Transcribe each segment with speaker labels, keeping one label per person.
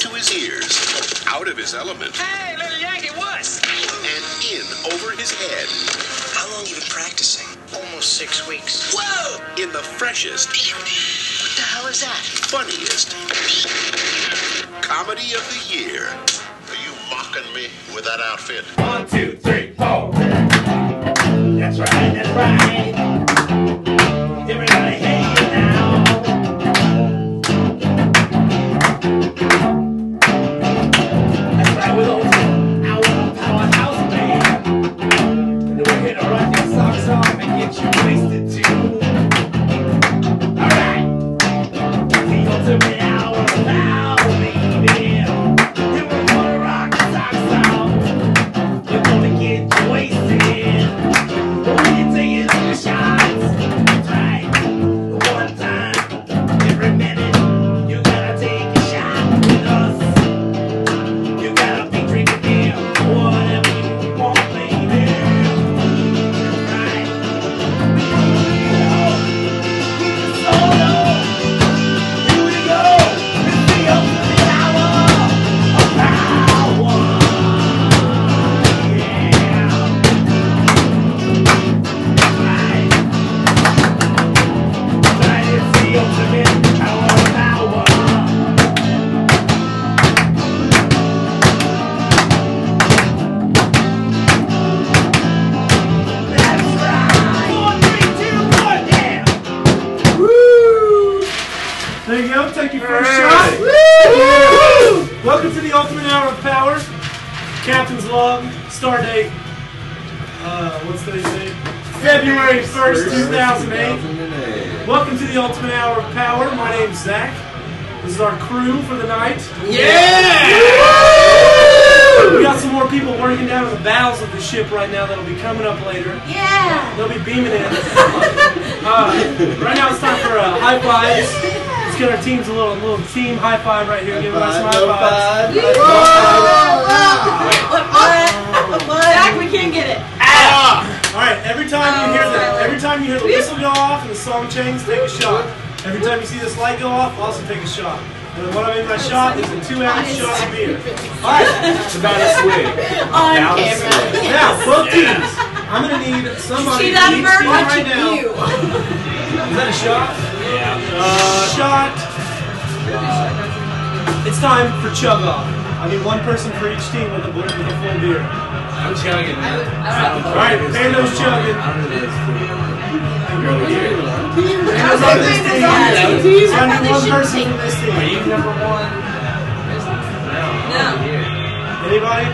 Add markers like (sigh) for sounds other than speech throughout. Speaker 1: to his ears, out of his element,
Speaker 2: Hey, little Yankee, what's?
Speaker 1: and in over his head
Speaker 3: How long you been practicing?
Speaker 2: Almost six weeks.
Speaker 3: Whoa!
Speaker 1: in the freshest,
Speaker 3: What the hell is that?
Speaker 1: funniest comedy of the year. Are you mocking me with that outfit?
Speaker 4: One, two, three, four. That's right, that's right. Everybody, hey now. That's right, we're going to our powerhouse band. And we're here to rock your socks off and get you wasted too. All right. The ultimate hour of loud, baby. And we're gonna rock your socks off. You're gonna get wasted. We're taking shots. Try one time every minute. You gotta take a shot with us. You gotta be drinking beer, whatever you want, baby. That's right. Oh, solo. Here we go. It's the ultimate hour of power.
Speaker 5: There you go. Take your first shot. Welcome to the Ultimate Hour of Power. Captain's Log. Star date. Uh, what's today's date? February 1st, 2008. Welcome to the Ultimate Hour of Power. My name's Zach. This is our crew for the night. Yeah! We got some more people working down in the bowels of the ship right now that'll be coming up later.
Speaker 6: Yeah!
Speaker 5: They'll be beaming in. Uh, right now it's time for uh, high fives. Let's get our teams a little little team high five right here. Give us some high fives.
Speaker 6: Zach, we can't get it.
Speaker 5: All right. Every time you hear the every time you hear the whistle go off and the song change, take a shot. Every time you see this light go off, also take a shot. And what I mean by shot is a two ounce shot of beer. All right.
Speaker 7: It's about a swig.
Speaker 6: (laughs) On
Speaker 7: Now it's-
Speaker 6: camera.
Speaker 5: Now both teams. I'm gonna need somebody
Speaker 6: See
Speaker 5: each
Speaker 6: that
Speaker 5: team
Speaker 6: bird
Speaker 5: right
Speaker 6: watching
Speaker 5: now.
Speaker 6: you.
Speaker 5: Is that a shot? Yeah. Uh, shot. It's time for chug off. I need one person for each team with a with a full beer.
Speaker 7: I'm chugging. All
Speaker 5: Alright, Pando's chugging.
Speaker 7: I don't know what it is.
Speaker 5: Pando's on this team.
Speaker 6: Yeah.
Speaker 5: So I need one person from this
Speaker 7: Are
Speaker 5: team.
Speaker 7: you number one?
Speaker 6: No.
Speaker 5: Anybody?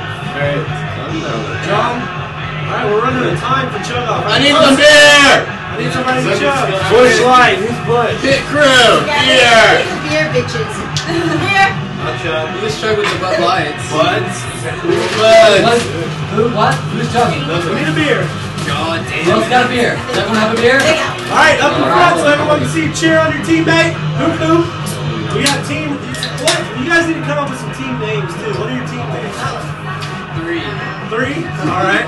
Speaker 5: John. Alright, we're running out of time for chug off. I need
Speaker 7: some beer!
Speaker 5: I need somebody to chug.
Speaker 7: Bush Light, who's Bush? Pit Crew,
Speaker 6: Yeah. Beer bitches. Beer.
Speaker 5: I'll chug.
Speaker 8: Let's try with the Bud Lights.
Speaker 7: Buds?
Speaker 8: Bud. Who? What? Who's chugging?
Speaker 5: We need a beer.
Speaker 8: God damn. Who's got a beer? Does everyone have a beer?
Speaker 6: They got
Speaker 5: Alright, up in front so everyone can see you cheer on your teammate. Hoop hoop. We got team. What? You guys need to come up with some team names too. What are your team names?
Speaker 8: Three.
Speaker 5: Three? Alright.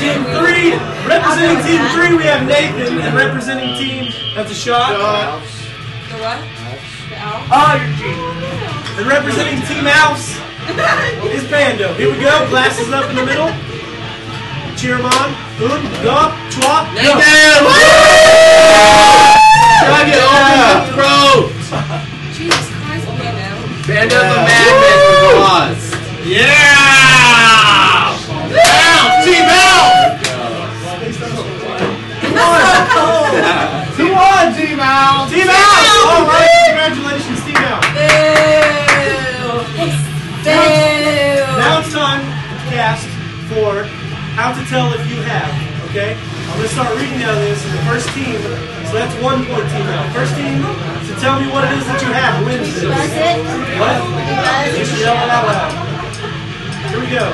Speaker 5: Team three. Representing team three, we have Nathan. And representing team, that's a shot.
Speaker 6: the what? The owl?
Speaker 5: Oh, you're cheating. And representing team Alps is Bando. Here we go. Glasses up in the middle. Cheer 'em on. Boom. Go. Chwop. go.
Speaker 7: Chug it up, bro!
Speaker 6: Jesus Christ, okay now.
Speaker 8: Band of the Madmen with the
Speaker 7: Yeah! Out! Team out!
Speaker 5: Who won? Team Alps. Team Alps. All right. Congratulations, Team Alps. Now it's time to cast for how to tell if you have. Okay? I'm gonna start reading out of this. The first team, so that's one point team out. First team to tell me what it is that you have wins this.
Speaker 6: That's it?
Speaker 5: What? You should yell it out loud. Here we go.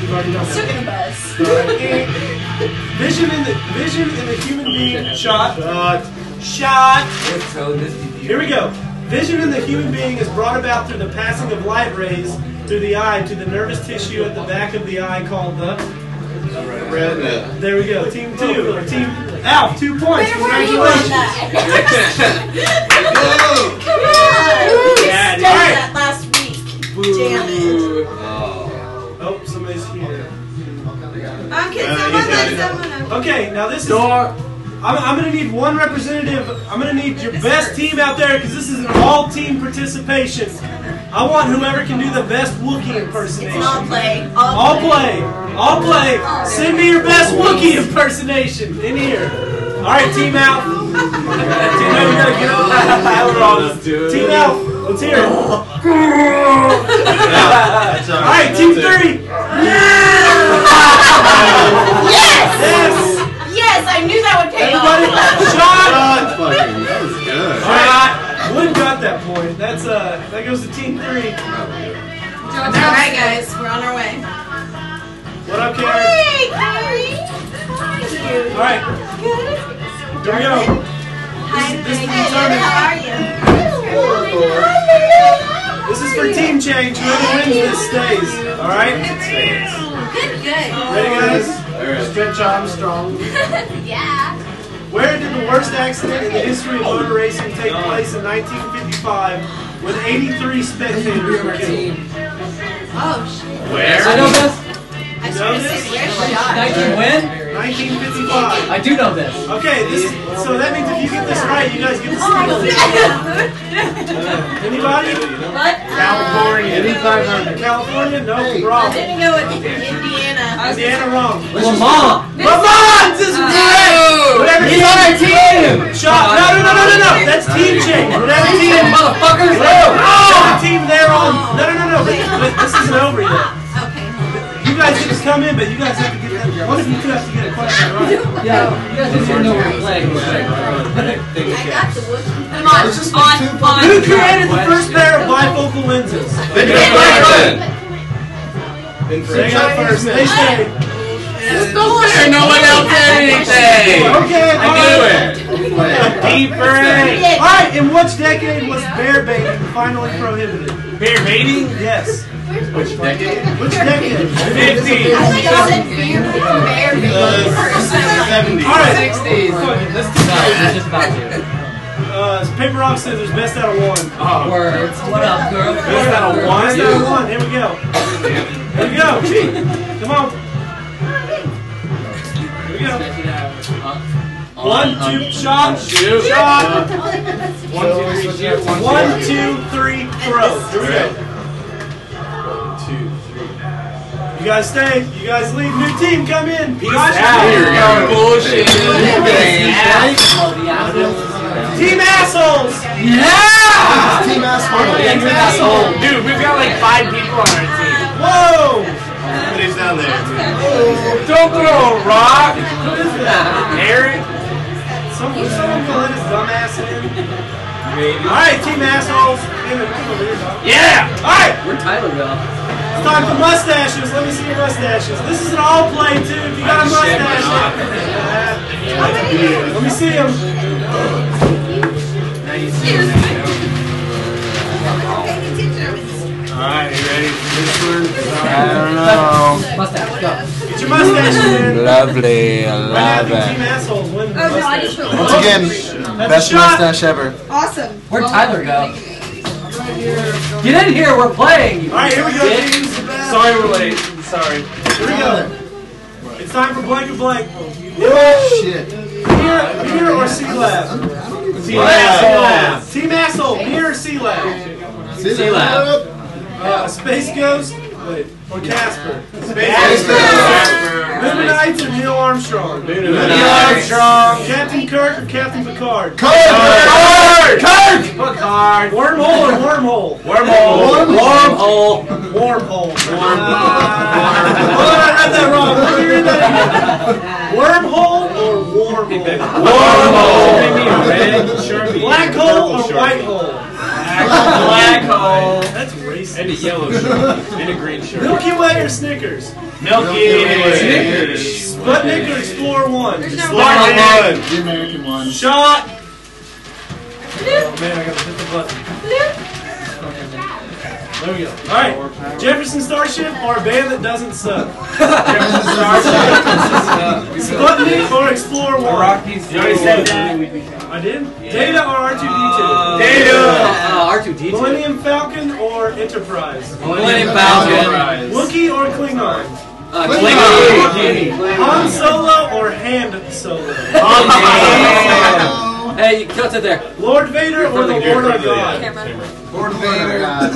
Speaker 5: You've already done that.
Speaker 6: Chicken bus.
Speaker 5: Vision in the vision in the human being shot. Shot. Here we go. Vision in the human being is brought about through the passing of light rays through the eye to the nervous tissue at the back of the eye called the.
Speaker 7: Retina.
Speaker 5: There we go. Team two or team Alf. Two points.
Speaker 6: Where were you on
Speaker 5: Congratulations.
Speaker 6: that? Come on! We
Speaker 5: Yeah,
Speaker 6: studied
Speaker 5: it is.
Speaker 6: that last week.
Speaker 5: Oh, Okay, now this is.
Speaker 7: Door.
Speaker 5: I'm, I'm gonna need one representative. I'm gonna need your best team out there because this is an all-team participation. I want whoever can do the best Wookiee impersonation.
Speaker 9: I'll play.
Speaker 5: All play, all play. Send me your best Wookiee impersonation in here. All right, team out. team out, we gotta get on the power on us. Team out. Let's hear it. all right, team three.
Speaker 9: Yes!
Speaker 5: Yes.
Speaker 9: Yes, I knew that would pay
Speaker 5: Everybody,
Speaker 9: off.
Speaker 5: shot.
Speaker 7: God, fucking, that was good.
Speaker 5: All right, Wood got that point. That's uh, that goes to team three.
Speaker 6: All
Speaker 9: All right, guys, we're on our way.
Speaker 5: What up, Karen?
Speaker 9: Hey, Carrie.
Speaker 5: All right, here we go.
Speaker 9: Hi,
Speaker 5: This- this is
Speaker 9: Megan.
Speaker 5: determined.
Speaker 9: How are you?
Speaker 5: This is for team change. Whoever wins this stays. All right,
Speaker 9: Good, good.
Speaker 5: ready, guys?
Speaker 7: Stretch Armstrong.
Speaker 9: Yeah.
Speaker 5: Where did the worst accident in the history of motor racing take place in 1955 when 83 spectators were killed?
Speaker 9: Oh, shit.
Speaker 8: I
Speaker 7: Where?
Speaker 8: know this.
Speaker 9: I was going to say, where's she
Speaker 8: I
Speaker 9: at?
Speaker 8: can win.
Speaker 5: 1955.
Speaker 8: I do know this.
Speaker 5: Okay, this so that means if you get this right, you guys get to steal Anybody?
Speaker 6: What?
Speaker 7: California. 8500.
Speaker 5: California? No,
Speaker 9: I
Speaker 5: wrong.
Speaker 9: didn't go with Indiana.
Speaker 5: Indiana, wrong.
Speaker 8: Lamont.
Speaker 5: Vermont is right! Whatever team.
Speaker 8: team!
Speaker 5: Shot. No, no, no, no, no, no. That's team change. Whatever
Speaker 8: Team,
Speaker 5: team.
Speaker 8: motherfuckers!
Speaker 5: Oh, the team they're on. No, no, no, no. Wait, wait, this isn't over yet.
Speaker 9: Okay.
Speaker 5: You guys can just come in, but you guys have to get that. One of you two has to get a question right.
Speaker 8: Yeah, you guys just didn't know where to play.
Speaker 9: I got the wood.
Speaker 6: Come on, on, on.
Speaker 5: Who created the first pair of bifocal lenses? They got first. They say.
Speaker 7: no one else did anything.
Speaker 5: Okay,
Speaker 7: I
Speaker 5: alright.
Speaker 7: knew it. Deep breath.
Speaker 5: Alright, in which decade was bear baiting finally prohibited?
Speaker 7: Beer meeting.
Speaker 5: Yes.
Speaker 7: Which decade?
Speaker 5: Which decade?
Speaker 7: 50.
Speaker 9: I think I said beer, bear, bear first.
Speaker 5: Uh,
Speaker 9: I was like,
Speaker 7: 70.
Speaker 5: Alright.
Speaker 8: This is just about you.
Speaker 5: Uh, paper, rock, scissors, best out of one.
Speaker 8: Words. What up, girl?
Speaker 7: a
Speaker 5: Best out of one. Here we go. Here we go. Gee, Come on. Here we go. One, two, shot.
Speaker 7: Shoot.
Speaker 5: Shot.
Speaker 7: One, two, three, shoot.
Speaker 5: One, two, three, throw. Here we go.
Speaker 7: two, three.
Speaker 5: You guys stay. You guys leave. New team, come in. Josh,
Speaker 7: Here, you bullshit.
Speaker 5: Team assholes.
Speaker 8: Yeah!
Speaker 7: Team asshole.
Speaker 8: Team asshole.
Speaker 7: Dude, we've got like five people on our team.
Speaker 5: Whoa.
Speaker 7: Somebody's down there. Don't throw a rock. Eric.
Speaker 5: Some, someone call his dumb ass in. All right, team assholes. Give it- come over here, dog.
Speaker 7: Yeah.
Speaker 5: All right,
Speaker 8: We're Tylerville.
Speaker 5: it's time for mustaches. Let me see your mustaches. This is an all play too. If you got a mustache, Uh, let me see him.
Speaker 9: Pay attention. I was
Speaker 7: Alright, you ready for this one?
Speaker 8: Mustache. Go.
Speaker 5: Get your mustache in. Right
Speaker 10: Lovely, I
Speaker 5: now,
Speaker 10: love
Speaker 5: the team
Speaker 10: it.
Speaker 5: assholes win. the
Speaker 6: Oh, no, I
Speaker 5: mustache.
Speaker 6: just put
Speaker 10: Once again, best
Speaker 5: shot.
Speaker 10: mustache ever.
Speaker 6: Awesome.
Speaker 8: Where'd Tyler go? Get in here, we're playing!
Speaker 5: All right, here we go. teams.
Speaker 7: Sorry we're late. Sorry.
Speaker 5: Here we go. It's time for blank or blank.
Speaker 10: Shit.
Speaker 5: Here, here or C lab.
Speaker 7: Team asshole.
Speaker 5: Team asshole. Here or C lab.
Speaker 10: See that?
Speaker 5: Uh, Space Ghost? Wait, or Casper?
Speaker 7: Space
Speaker 5: Moon Knights or Neil Armstrong?
Speaker 7: Armstrong.
Speaker 5: Captain Kirk or Captain Picard?
Speaker 7: Kirk!
Speaker 5: Picard! Wormhole or wormhole?
Speaker 10: Oh,
Speaker 7: Wormhole.
Speaker 8: Wormhole!
Speaker 5: Wormhole. Uh, oh, I read that wrong. Let me read that again. Wormhole or wormhole?
Speaker 7: Wormhole. red
Speaker 5: Black hole or white hole?
Speaker 7: Black hole.
Speaker 5: That's racist.
Speaker 7: And a yellow
Speaker 5: (laughs)
Speaker 7: shirt. And a green shirt.
Speaker 5: Milky Way or Snickers?
Speaker 7: Milky Way. Snickers.
Speaker 5: Sputnik or Explorer 1?
Speaker 7: Black
Speaker 10: The American one.
Speaker 5: Shot! Oh man, I gotta hit the button. There we go. Alright, Jefferson Starship or a band that doesn't suck? Sputnik or Explorer
Speaker 7: You
Speaker 5: 1?
Speaker 7: already said that.
Speaker 5: I did? Data or
Speaker 8: Oh,
Speaker 5: R2D2?
Speaker 7: Data.
Speaker 8: Uh, R2D2.
Speaker 5: Millennium Falcon or Enterprise?
Speaker 8: Uh, Millennium Falcon.
Speaker 5: Wookiee or Klingon?
Speaker 8: Uh,
Speaker 10: Click
Speaker 8: Claymore.
Speaker 10: on.
Speaker 8: Jimmy.
Speaker 5: Han Solo or Hand Solo?
Speaker 8: Oh, man. Hey, you cut it there.
Speaker 5: Lord Vader or the Lord our God?
Speaker 6: Camera.
Speaker 10: Lord Vader. God.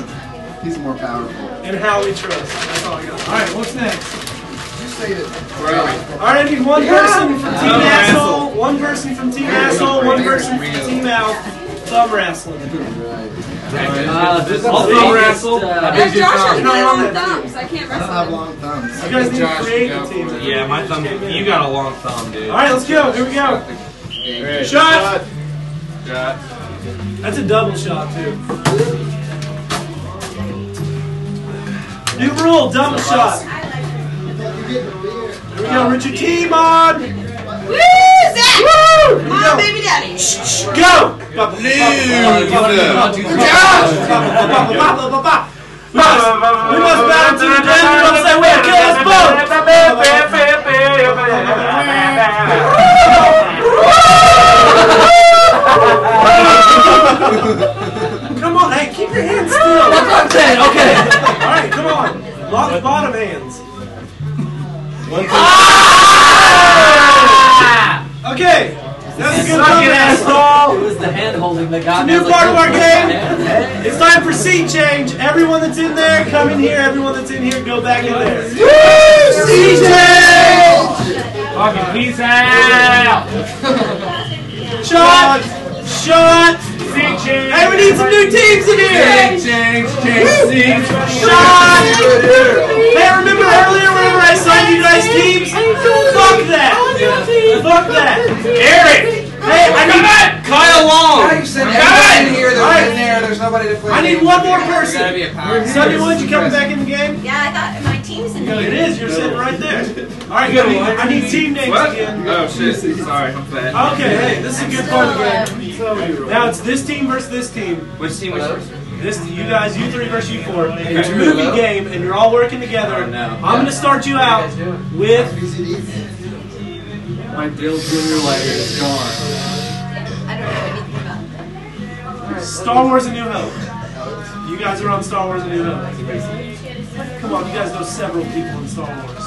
Speaker 10: He's more powerful.
Speaker 5: And how we trust. That's all I got. All right, what's next?
Speaker 10: You say it.
Speaker 5: All right, I need one person from Team Asshole, one person from Team Asshole, one person from Team Mouth. Thumb wrestling.
Speaker 10: Right.
Speaker 8: Uh, this is
Speaker 7: I'll
Speaker 8: the
Speaker 7: thumb
Speaker 8: biggest,
Speaker 7: wrestle.
Speaker 8: uh,
Speaker 6: No, Josh has
Speaker 5: Not
Speaker 6: my
Speaker 5: on
Speaker 6: long
Speaker 5: that
Speaker 6: thumbs. I can't
Speaker 10: I don't have
Speaker 6: wrestle.
Speaker 10: long thumbs.
Speaker 5: You guys need to create a team.
Speaker 7: Yeah, my thumb. You got a long thumb, dude.
Speaker 5: All right, let's go. Here we go. Shot. That's a double shot too. New rule, double shot. Here we go, Richard Team on.
Speaker 9: Woo, Zach! Woo! Mom, baby, daddy.
Speaker 5: Go. Pop, pop,
Speaker 7: Dude,
Speaker 5: pop,
Speaker 7: you
Speaker 5: pop,
Speaker 7: do
Speaker 5: pop,
Speaker 7: that.
Speaker 5: pop, pop, pop, pop, pop, pop. We must we must battle to the death. We must say we're killers both. Come on, hey, keep your hands still.
Speaker 8: That's what I'm saying. Okay.
Speaker 5: All right, come on. Lock bottom hands. Ah! Okay. That's a good
Speaker 7: Fucking
Speaker 5: combination.
Speaker 7: asshole.
Speaker 8: Oh, It was the hand holding that got me.
Speaker 5: New
Speaker 8: I was like,
Speaker 5: part of our
Speaker 8: "Hey."
Speaker 5: It's time for seat change. Everyone that's in there, come in here. Everyone that's in here, go back in there. Seat change!
Speaker 7: Fucking peace out.
Speaker 5: Shot! Shot!
Speaker 7: Seat change.
Speaker 5: Hey, we need some new teams in here!
Speaker 7: Change, change, change seats.
Speaker 5: Shot! Hey, remember earlier whenever I signed you guys teams? Fuck that! Fuck that!
Speaker 7: Eric.
Speaker 5: Hey, I
Speaker 7: Come
Speaker 5: need,
Speaker 7: on, Kyle Long.
Speaker 10: Everybody in here,
Speaker 5: Alright.
Speaker 10: there's in there, there's nobody to play.
Speaker 5: I need
Speaker 10: games
Speaker 5: one
Speaker 10: with.
Speaker 5: more
Speaker 10: There's gotta be
Speaker 5: person.
Speaker 10: a power.
Speaker 5: Sonny, would you come back in the game?
Speaker 9: Yeah, I thought my team's in
Speaker 5: It
Speaker 9: there.
Speaker 5: is, you're sitting right there. Alright, I need, I need team names again.
Speaker 7: Oh shit. Sorry, I'm fat.
Speaker 5: Okay, hey, this is a good part of the game. So, now it's this team versus this team.
Speaker 7: Which team was yours?
Speaker 5: This you guys, you three versus you four. And it's a movie game, and you're all working together. I'm gonna start you out with
Speaker 10: Is it easy?
Speaker 8: My Bill Jr. lighter is gone.
Speaker 9: I don't know anything about that.
Speaker 5: Star Wars: A New Hope. You guys are on Star Wars: A New Hope. Come on, you guys know several people in Star Wars.
Speaker 7: Is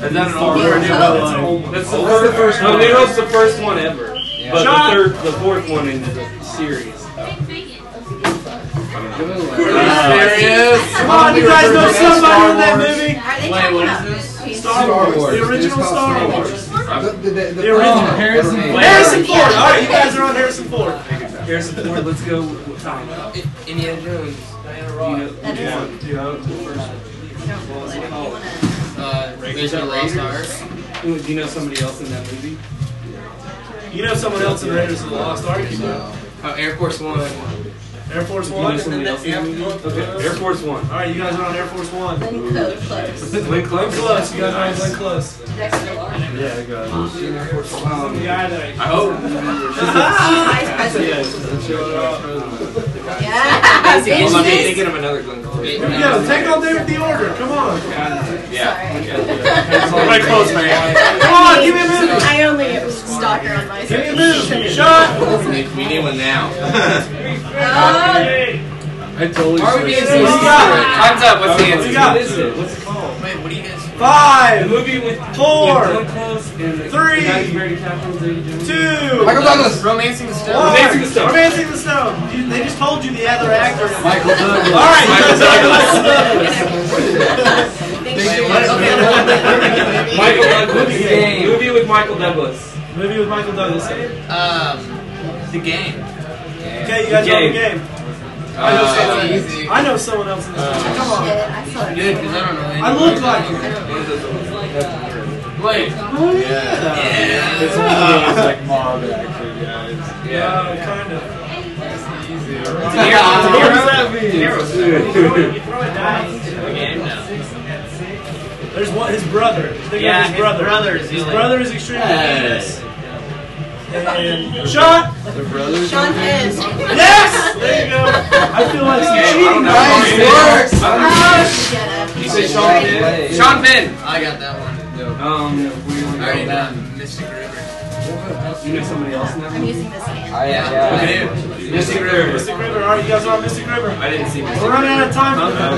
Speaker 7: that an order?
Speaker 5: That's old.
Speaker 7: That's the first. first one. No, was the first one ever. But
Speaker 5: Shot.
Speaker 7: the third, the fourth one in the series.
Speaker 9: Serious?
Speaker 5: Come on, you guys know somebody in that movie.
Speaker 9: Are they talking about this?
Speaker 5: Star Wars, the
Speaker 10: It's
Speaker 5: original
Speaker 10: called
Speaker 5: Star Wars.
Speaker 10: The, the, the, the
Speaker 5: The original.
Speaker 10: Harrison
Speaker 7: Ford.
Speaker 5: Harrison Ford. All right, you guys are on Harrison Ford.
Speaker 7: Harrison Ford, let's go. with Tom.
Speaker 8: Indiana Jones. Diana Ross.
Speaker 9: That is.
Speaker 8: Uh, Vision of the Lost Ark.
Speaker 7: Ooh, Do you know somebody else in that movie?
Speaker 5: You know someone else in Raiders of the Lost Ark? you know?
Speaker 8: Oh, Air Force One.
Speaker 5: Air Force
Speaker 7: Do you know
Speaker 5: One.
Speaker 7: somebody else in that movie? Okay, Air Force One.
Speaker 5: All right, you guys are on Air Force One.
Speaker 9: Code close.
Speaker 7: Glenn Close.
Speaker 5: Close, you guys are on Glenn Close.
Speaker 7: Yeah, go.
Speaker 5: The guy that
Speaker 7: I hope.
Speaker 9: Vice president. Yeah.
Speaker 7: Well, I'm
Speaker 9: Bitch,
Speaker 7: thinking of another Glenn Close.
Speaker 5: Here we go. Take all day with the order. Come on.
Speaker 7: Glenn Close, man.
Speaker 5: Come on. Give me a move.
Speaker 9: I only have a stalker on my
Speaker 5: Give me a
Speaker 9: side.
Speaker 5: move. Shot.
Speaker 8: We need one now.
Speaker 9: Oh,
Speaker 8: I totally Are we being so
Speaker 5: Stop.
Speaker 7: Time's up. What's the
Speaker 5: What
Speaker 7: answer?
Speaker 5: you got?
Speaker 7: What's it called? Wait, what do you guys? The
Speaker 5: Five,
Speaker 7: movie with
Speaker 5: Four,
Speaker 7: with Glenn Close and the the
Speaker 5: three,
Speaker 7: guy who married Catherine Zeta-Jones.
Speaker 5: two,
Speaker 10: Michael
Speaker 5: one.
Speaker 10: Douglas.
Speaker 8: Romancing the Stone.
Speaker 7: Romancing the Stone.
Speaker 5: Romancing the Stone. You- They just told you the other actor. All
Speaker 10: Michael Douglas.
Speaker 5: right, you guys are on-
Speaker 10: (laughs)
Speaker 7: Michael
Speaker 5: uh,
Speaker 7: Douglas.
Speaker 8: Movie game.
Speaker 7: Movie with Michael Douglas.
Speaker 5: Movie with Michael Douglas. Okay,
Speaker 8: Um, the game.
Speaker 5: you guys are on the game. I know someone.
Speaker 8: easy.
Speaker 5: I know someone else in
Speaker 7: Uh,
Speaker 5: this movie. Come on.
Speaker 9: I saw it.
Speaker 8: Good, because I don't know anything.
Speaker 5: I look like you.
Speaker 8: Wait.
Speaker 5: Oh yeah.
Speaker 7: It's one of those like mob action guys.
Speaker 5: Uh,
Speaker 7: Yeah.
Speaker 5: kind of. (laughs) There's one, his brother. Think yeah, his brother.
Speaker 8: brother's
Speaker 5: his
Speaker 8: the-
Speaker 5: brother is extremely famous. And shot.
Speaker 9: Sean is.
Speaker 5: Yes. There you go. I feel like some cheating.
Speaker 10: Nice work.
Speaker 9: Yeah.
Speaker 7: You say Sean Penn? Sean Penn.
Speaker 8: I got that one.
Speaker 7: Um,
Speaker 8: I already
Speaker 5: uh,
Speaker 8: done. Mystic River.
Speaker 7: you know somebody else in that
Speaker 9: I'm
Speaker 7: movie?
Speaker 9: using this hand.
Speaker 8: Oh, yeah, yeah. I do.
Speaker 7: Mystic River.
Speaker 5: Mystic River. All right, you guys are on Mystic River.
Speaker 7: I didn't see Mystic
Speaker 5: We're
Speaker 7: River.
Speaker 5: running out of time. for that.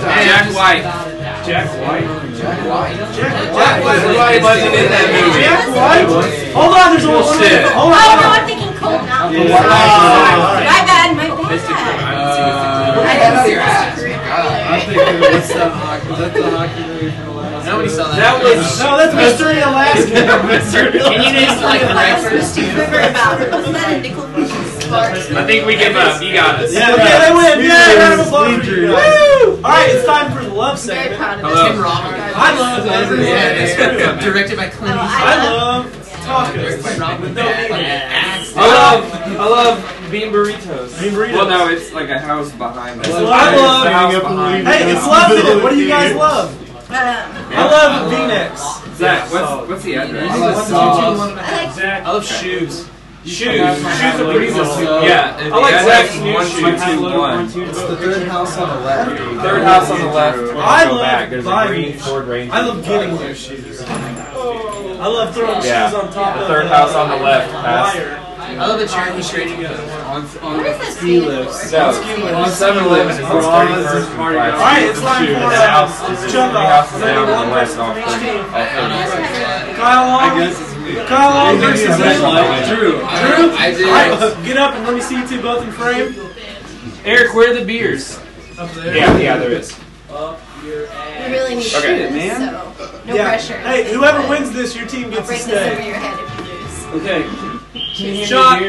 Speaker 7: Jack White.
Speaker 5: Jack White.
Speaker 8: Jack White.
Speaker 5: Jack
Speaker 8: Jack White was
Speaker 7: White wasn't in that movie.
Speaker 5: Jack White? Hold on, there's a one. Hold
Speaker 9: Oh, no,
Speaker 5: on. Hold on.
Speaker 9: I'm thinking cold now.
Speaker 7: Yeah.
Speaker 5: Ah,
Speaker 9: My bad, my bad.
Speaker 8: Uh,
Speaker 9: I
Speaker 8: that's
Speaker 9: know.
Speaker 8: your ass.
Speaker 7: I think it was that hockey. Was that the hockey movie from the last?
Speaker 8: Nobody saw that.
Speaker 7: That was.
Speaker 5: No, that's Mystery in Alaska.
Speaker 8: Can you just like the
Speaker 9: My husband's
Speaker 8: breakfast?
Speaker 9: too bitter about it. Wasn't that a nickel sparks?
Speaker 11: I think we give up. You got us.
Speaker 5: Yeah, okay, they win. Yeah, round of applause for you
Speaker 7: Sneakers.
Speaker 5: guys. Woo! All right, it's time for the love
Speaker 9: Very
Speaker 5: segment.
Speaker 9: proud of
Speaker 11: Hello.
Speaker 9: this.
Speaker 8: Tim Robbins.
Speaker 5: I love everyone.
Speaker 8: Yeah, yeah,
Speaker 5: (laughs)
Speaker 8: yeah. Directed by Clint
Speaker 9: Oh,
Speaker 8: Eastwood.
Speaker 5: I love tacos.
Speaker 8: Robin
Speaker 5: No,
Speaker 8: Bad.
Speaker 5: like,
Speaker 8: Ass.
Speaker 11: I love, I love bean burritos.
Speaker 5: Bean burritos.
Speaker 11: Well, no, it's like a house behind us.
Speaker 5: I love-
Speaker 11: the house behind.
Speaker 5: Hey, it's love minute. What do you guys love?
Speaker 9: Um,
Speaker 5: I love V-necks.
Speaker 11: Zach, what's what's the
Speaker 8: I
Speaker 11: address?
Speaker 8: love
Speaker 5: What's
Speaker 8: sauce.
Speaker 5: the
Speaker 9: I like
Speaker 5: Zach, I love shoes. Shoes. Shoes
Speaker 7: have
Speaker 5: are
Speaker 7: one.
Speaker 5: pretty
Speaker 7: Yeah.
Speaker 11: Yeah, the
Speaker 5: I like
Speaker 11: address
Speaker 5: Zach's
Speaker 11: is
Speaker 5: new
Speaker 11: one
Speaker 5: shoes.
Speaker 11: two two one.
Speaker 10: It's the
Speaker 5: one.
Speaker 10: third house on the left.
Speaker 11: Third house on the left. We're gonna
Speaker 5: I
Speaker 11: go
Speaker 5: love
Speaker 11: back. There's a
Speaker 5: buying
Speaker 11: green
Speaker 5: these.
Speaker 11: Ford Ranger.
Speaker 5: I love getting those shoes. I love throwing
Speaker 11: Yeah.
Speaker 5: shoes on top
Speaker 11: The
Speaker 5: of
Speaker 11: third house on the left. Pass.
Speaker 5: Wire.
Speaker 8: I love the charity straight
Speaker 7: On,
Speaker 9: What is
Speaker 7: on
Speaker 9: that
Speaker 7: ski
Speaker 9: stand
Speaker 7: lifts.
Speaker 9: for?
Speaker 11: No, on 7 Eleven, it's
Speaker 7: Bras
Speaker 11: on
Speaker 7: is
Speaker 11: 31st and
Speaker 7: party
Speaker 11: Flag.
Speaker 7: gown.
Speaker 5: Alright, it's time
Speaker 11: Shoot,
Speaker 5: for
Speaker 11: the house is
Speaker 5: uh,
Speaker 11: just
Speaker 5: jump
Speaker 11: the
Speaker 5: off.
Speaker 11: house
Speaker 5: Is
Speaker 11: is
Speaker 5: there
Speaker 11: down
Speaker 5: one
Speaker 11: and the west
Speaker 5: person
Speaker 11: off.
Speaker 5: from each team?
Speaker 9: That's
Speaker 5: Kyle
Speaker 7: I
Speaker 5: Long,
Speaker 7: guess it's me.
Speaker 5: Kyle Long versus Zach White.
Speaker 7: Drew.
Speaker 8: Drew? I did.
Speaker 5: Alright, get up and let me see you two both in frame.
Speaker 11: Eric, where are the beers?
Speaker 5: Up there.
Speaker 11: Yeah, yeah, there is.
Speaker 9: good. We really need
Speaker 11: Okay,
Speaker 9: shoes,
Speaker 7: man.
Speaker 9: so no
Speaker 5: Yeah.
Speaker 9: pressure.
Speaker 5: Hey, whoever wins this, your team
Speaker 9: I'll
Speaker 5: gets to
Speaker 9: break this over
Speaker 5: stay.
Speaker 9: your head if you
Speaker 7: Okay.
Speaker 9: lose.
Speaker 5: Shot.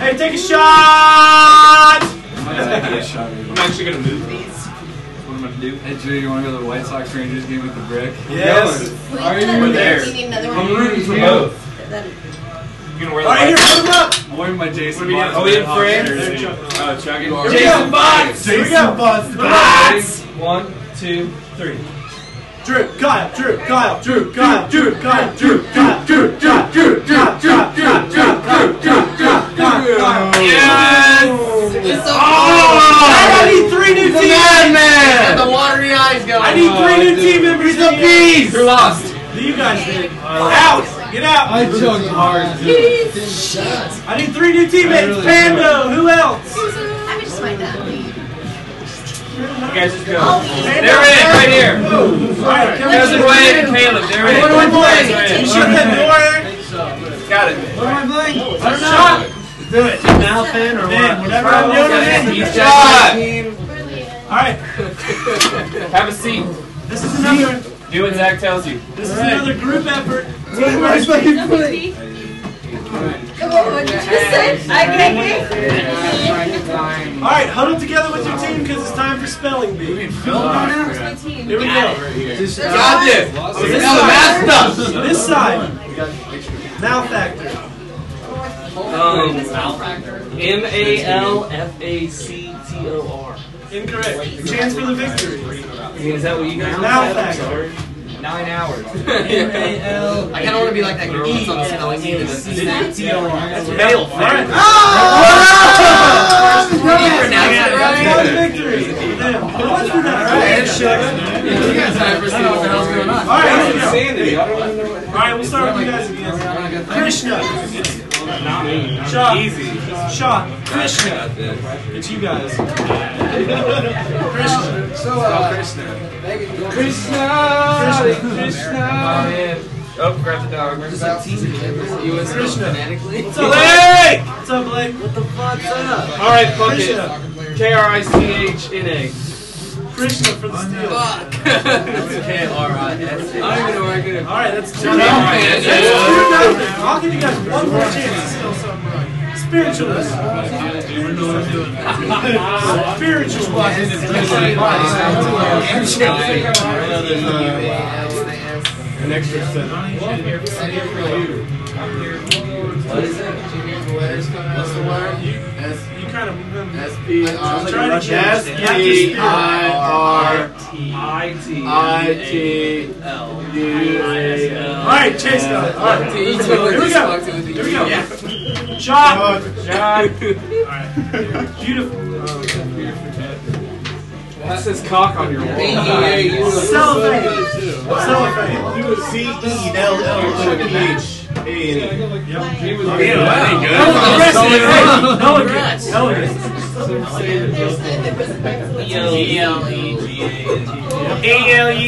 Speaker 5: Hey, take a shot!
Speaker 11: I'm actually gonna move these.
Speaker 7: What am I gonna do? Hey Drew, you wanna go to the White Sox Rangers game with the brick?
Speaker 5: Yes.
Speaker 9: Wait,
Speaker 7: Are you
Speaker 9: then
Speaker 7: over
Speaker 9: we
Speaker 11: there?
Speaker 9: need another one.
Speaker 7: I'm rooting for both.
Speaker 9: Then-
Speaker 11: You gonna wear the
Speaker 5: Alright, here,
Speaker 11: white?
Speaker 5: put them up!
Speaker 7: I'm wearing my Jason
Speaker 11: we
Speaker 7: Bond.
Speaker 11: doing? Are we in
Speaker 7: Hawks
Speaker 11: France?
Speaker 7: jersey.
Speaker 11: Oh, Chuck
Speaker 8: You are-
Speaker 11: it. Jason Box!
Speaker 5: Here we go.
Speaker 7: Bond.
Speaker 11: Box!
Speaker 7: One, two, three.
Speaker 5: Drew, Kyle, Drew, Kyle, Drew, Kyle, Drew, Kyle, Drew, Kyle, Drew, Drew, Drew, Drew, Drew, Drew, Drew, Drew, Drew, Drew, Drew, Kyle.
Speaker 11: Yes!
Speaker 8: It's so
Speaker 5: I need three new team.
Speaker 8: Got the watery eyes going.
Speaker 5: I need three new team members. The beast.
Speaker 8: Who lost?
Speaker 5: You guys did. Out. Get out.
Speaker 7: I chugged hard, dude.
Speaker 5: I need three new teammates. Pando. Who else?
Speaker 9: I would just like that.
Speaker 11: You guys just go.
Speaker 5: Pando.
Speaker 11: There it is, right here.
Speaker 5: All right, come
Speaker 11: There's
Speaker 5: on.
Speaker 11: Dwayne and Caleb. There it is.
Speaker 5: What do I play?
Speaker 11: There it
Speaker 5: Shut
Speaker 11: is.
Speaker 5: that door.
Speaker 11: Got it.
Speaker 7: What am I playing?
Speaker 5: Shut up. Do it.
Speaker 7: Mouth in or
Speaker 5: Man, whatever I'm
Speaker 11: Okay,
Speaker 5: doing,
Speaker 11: you
Speaker 5: I'm in.
Speaker 11: shot.
Speaker 5: All right.
Speaker 11: Have a seat.
Speaker 5: This is another.
Speaker 11: Do what Zach tells you.
Speaker 5: This is another group effort.
Speaker 10: Where's my fucking foot?
Speaker 9: Come on, what did you say? I can't hear.
Speaker 5: All right, huddle together with your team because it's time for spelling bee. Here we go.
Speaker 7: Just
Speaker 8: Got this.
Speaker 5: This
Speaker 8: Now the
Speaker 5: side.
Speaker 8: math stuff.
Speaker 5: This side. Malfactor.
Speaker 11: M A L F A C T O R.
Speaker 5: Incorrect. Chance for the victory.
Speaker 11: Is that what you guys
Speaker 8: (laughs)
Speaker 5: Malfactor.
Speaker 7: nine hours.
Speaker 8: I kind of want to be like that girl that's on the spelling bee that does this.
Speaker 11: Fail.
Speaker 5: All right. That's the victory. Damn. How much for that? All right.
Speaker 8: You guys have never seen what the hell's going on.
Speaker 5: All right, here we go.
Speaker 7: Sandy, I don't even know what.
Speaker 5: All right, we'll start with you guys again. Krishna. Shot.
Speaker 11: Easy.
Speaker 5: Shot. Krishna. It's you guys. Krishna.
Speaker 10: So, uh,
Speaker 7: Krishna.
Speaker 5: Krishna.
Speaker 11: Oh, man. Oh, grab the dog.
Speaker 8: Just like teasing them. You was phonetically.
Speaker 5: What's up, Blake? What's up, Blake? What the fuck's up?
Speaker 11: All right, fuck it.
Speaker 5: Krishna.
Speaker 11: K R I C H N A.
Speaker 5: Krishna for the steal. All
Speaker 8: Fuck. K R I S. I don't even know where I could have.
Speaker 5: right, that's two.
Speaker 8: man.
Speaker 5: That's two nothing. I'll give you guys one more chance to steal something right. Spiritualist. Spiritualist.
Speaker 7: An extra seven.
Speaker 8: What is it? What's the word?
Speaker 5: You kind of remember.
Speaker 8: S P
Speaker 5: I'm trying to
Speaker 7: S
Speaker 5: guess.
Speaker 7: P I R
Speaker 11: I T.
Speaker 7: I T
Speaker 8: L.
Speaker 7: U A
Speaker 5: All
Speaker 7: L.
Speaker 5: right, Chase got it. All right.
Speaker 8: Here
Speaker 5: Here we go. Here we go. Shot. Shot. All right. Beautiful.
Speaker 11: That says cock on your wall.
Speaker 8: Thank
Speaker 5: Cellophane. Cellophane.
Speaker 7: C E L L O H A N.
Speaker 5: Yep.
Speaker 11: Yeah, that ain't
Speaker 5: No
Speaker 11: good.
Speaker 5: one can. No one can. No one can.
Speaker 9: There's the- there was-
Speaker 8: E L E G
Speaker 11: E L U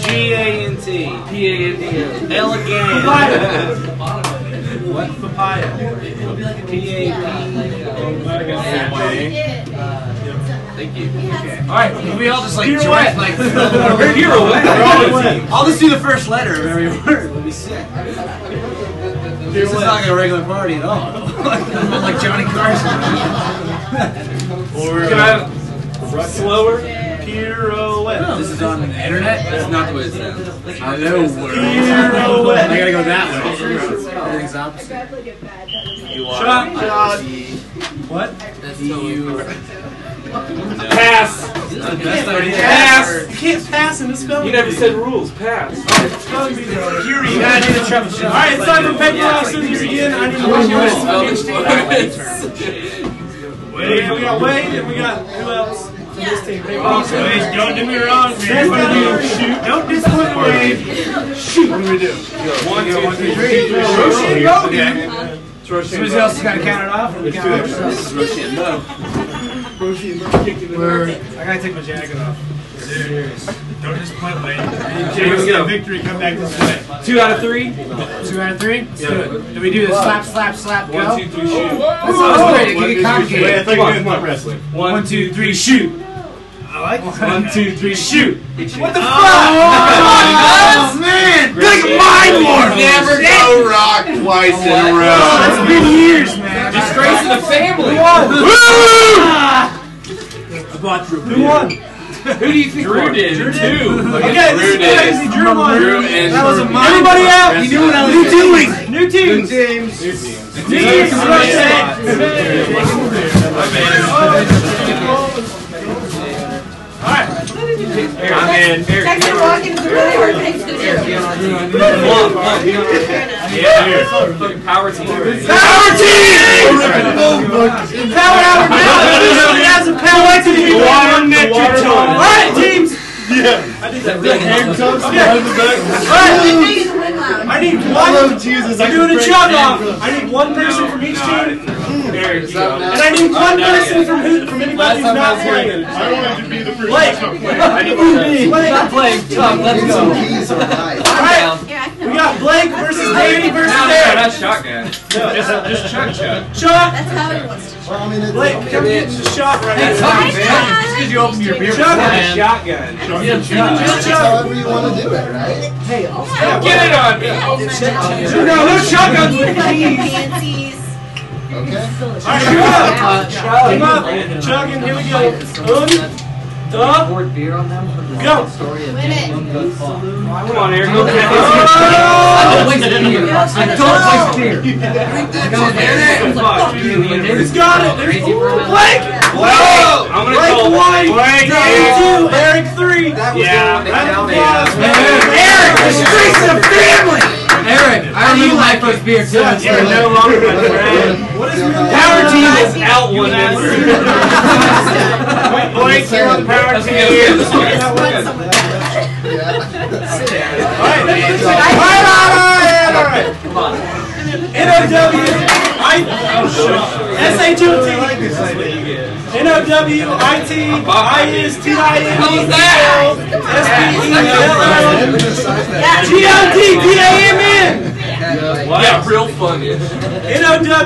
Speaker 11: G A N T. P A N D S. Elegant.
Speaker 5: Papaya. What? Papaya.
Speaker 11: P A
Speaker 5: P.
Speaker 11: Thank you. Alright, we all just like
Speaker 5: Pirouette.
Speaker 11: joined like
Speaker 5: Pirouette. Pirouette.
Speaker 11: I'll just do the first letter of every word. Let me see. This is not like a regular party at all. like Johnny Carson.
Speaker 5: Or Can I have slower? Pirouette.
Speaker 11: This is on the internet. That's not the way it sounds. I know where.
Speaker 5: Pirouette.
Speaker 11: I gotta go that way. Everything's opposite.
Speaker 5: Shot. What? Pass.
Speaker 11: That's not it.
Speaker 5: Pass. You can't pass in this spelling.
Speaker 4: You never said rules. Pass.
Speaker 5: Spelling bee. You gotta do the treble shot. All right, it's time for paper rock scissors again. I need
Speaker 11: I wish you would've
Speaker 5: one
Speaker 11: spelled
Speaker 5: more.
Speaker 11: it for me.
Speaker 5: Yeah, we got Wade and we got who else? From this team. Paper rock scissors.
Speaker 4: Don't do me wrong,
Speaker 5: That's not
Speaker 4: man.
Speaker 5: gonna shoot. Don't disappoint Wade. Shoot. What do we do?
Speaker 4: One, two, three.
Speaker 5: Roshan, go.
Speaker 4: Okay.
Speaker 5: Somebody else has got to count it off. Or we count it ourselves.
Speaker 11: Russian love.
Speaker 5: I gotta take my jacket off.
Speaker 4: Don't disappoint Wayne.
Speaker 5: Let's
Speaker 4: James
Speaker 5: go.
Speaker 4: got victory. Come back this way.
Speaker 5: Two out of three. Two out of three. Let's do it. Do we do the slap, slap, slap, go?
Speaker 4: One, two, three, shoot.
Speaker 5: That sounds great. It
Speaker 4: One, two,
Speaker 5: can get
Speaker 4: three, shoot. Wait, I
Speaker 5: complicated.
Speaker 4: thought you were doing my wrestling.
Speaker 5: One, two, three, shoot. I like this. One, two, three, shoot.
Speaker 11: What the fuck?
Speaker 5: Oh, man. Big mind lord.
Speaker 11: Never
Speaker 5: go wrong.
Speaker 1: Twice in
Speaker 5: Oh
Speaker 1: a
Speaker 5: That's been years, man.
Speaker 11: Disgrace of the family.
Speaker 5: Who won?
Speaker 11: Who do you think Drew did? Drew too.
Speaker 5: Okay, this is
Speaker 11: Drew did.
Speaker 5: crazy. Drew won.
Speaker 11: Drew and
Speaker 5: That was a
Speaker 11: Drew.
Speaker 5: mind Everybody out. You knew what I was doing. New teams.
Speaker 10: James.
Speaker 5: New teams.
Speaker 4: I'm in.
Speaker 9: Text her walk into the room or text the room.
Speaker 4: Yeah.
Speaker 11: Power team.
Speaker 5: Power team! Power hour now! Officially has a power team!
Speaker 4: Water nectar.
Speaker 5: Alright, teams! Alright!
Speaker 9: Hey, the wind loud.
Speaker 5: I need
Speaker 10: Oh,
Speaker 5: one.
Speaker 10: Jesus. I
Speaker 5: I'm doing a
Speaker 10: break
Speaker 5: chug
Speaker 10: that.
Speaker 5: off. I need one person from each team,
Speaker 4: There you go.
Speaker 5: and I need one person from who, from anybody who's not playing.
Speaker 1: I wanted to be the first.
Speaker 5: Blake,
Speaker 4: I need to
Speaker 5: Blake.
Speaker 11: Play. Come, let's go.
Speaker 10: These are nice.
Speaker 5: Alright,
Speaker 9: Yeah, I can.
Speaker 5: we got Blake versus Danny versus Eric.
Speaker 11: shotgun.
Speaker 4: Just chug chug.
Speaker 5: Shot.
Speaker 9: That's how it wants to.
Speaker 10: Well, I mean, it's
Speaker 5: Blake, come get the shot right now.
Speaker 11: Tommy, man. Just 'cause you open your beer
Speaker 5: Shotgun.
Speaker 11: can.
Speaker 4: Shotgun.
Speaker 11: Yeah, shotgun.
Speaker 10: It's however you want to do it, right?
Speaker 4: Get it on me.
Speaker 5: No, no shotguns with
Speaker 9: Fucking
Speaker 5: these.
Speaker 9: fancies.
Speaker 10: Okay.
Speaker 5: Alright, come on. Come on. Chugging, here we go. Un, duh,
Speaker 8: Poured beer on them from the
Speaker 5: Go.
Speaker 8: story of
Speaker 9: Wait a minute.
Speaker 8: Goes Fall.
Speaker 4: Come on, Eric.
Speaker 5: Oh!
Speaker 8: I don't waste beer. I don't waste
Speaker 5: (laughs)
Speaker 8: beer.
Speaker 5: He's got it. There's
Speaker 8: Crazy for
Speaker 5: Blake.
Speaker 8: him.
Speaker 5: Blake.
Speaker 4: I'm gonna
Speaker 5: Blake
Speaker 4: call
Speaker 5: one.
Speaker 4: Blake.
Speaker 5: Danny two. Eric three.
Speaker 10: That was the
Speaker 4: Yeah.
Speaker 10: one
Speaker 5: Round
Speaker 10: that
Speaker 5: of
Speaker 10: counted.
Speaker 5: applause, man. Eric, the streets of family.
Speaker 8: Eric, I remember my first beer too.
Speaker 4: You're no longer my friend.
Speaker 5: What is your
Speaker 4: Power
Speaker 5: power?
Speaker 4: team is out one member. Wait, Blake, you're on power team.
Speaker 5: All right, all right, all right, all right. N-O-W, I, S-H-O-T, E N-O-W-I-T-I-S-T-I-N-E-L,
Speaker 10: Look
Speaker 5: S-P-E-L-L,
Speaker 10: at the size of that.
Speaker 5: G-O-D-D-A-M-N,
Speaker 11: Yeah, real fun. yeah.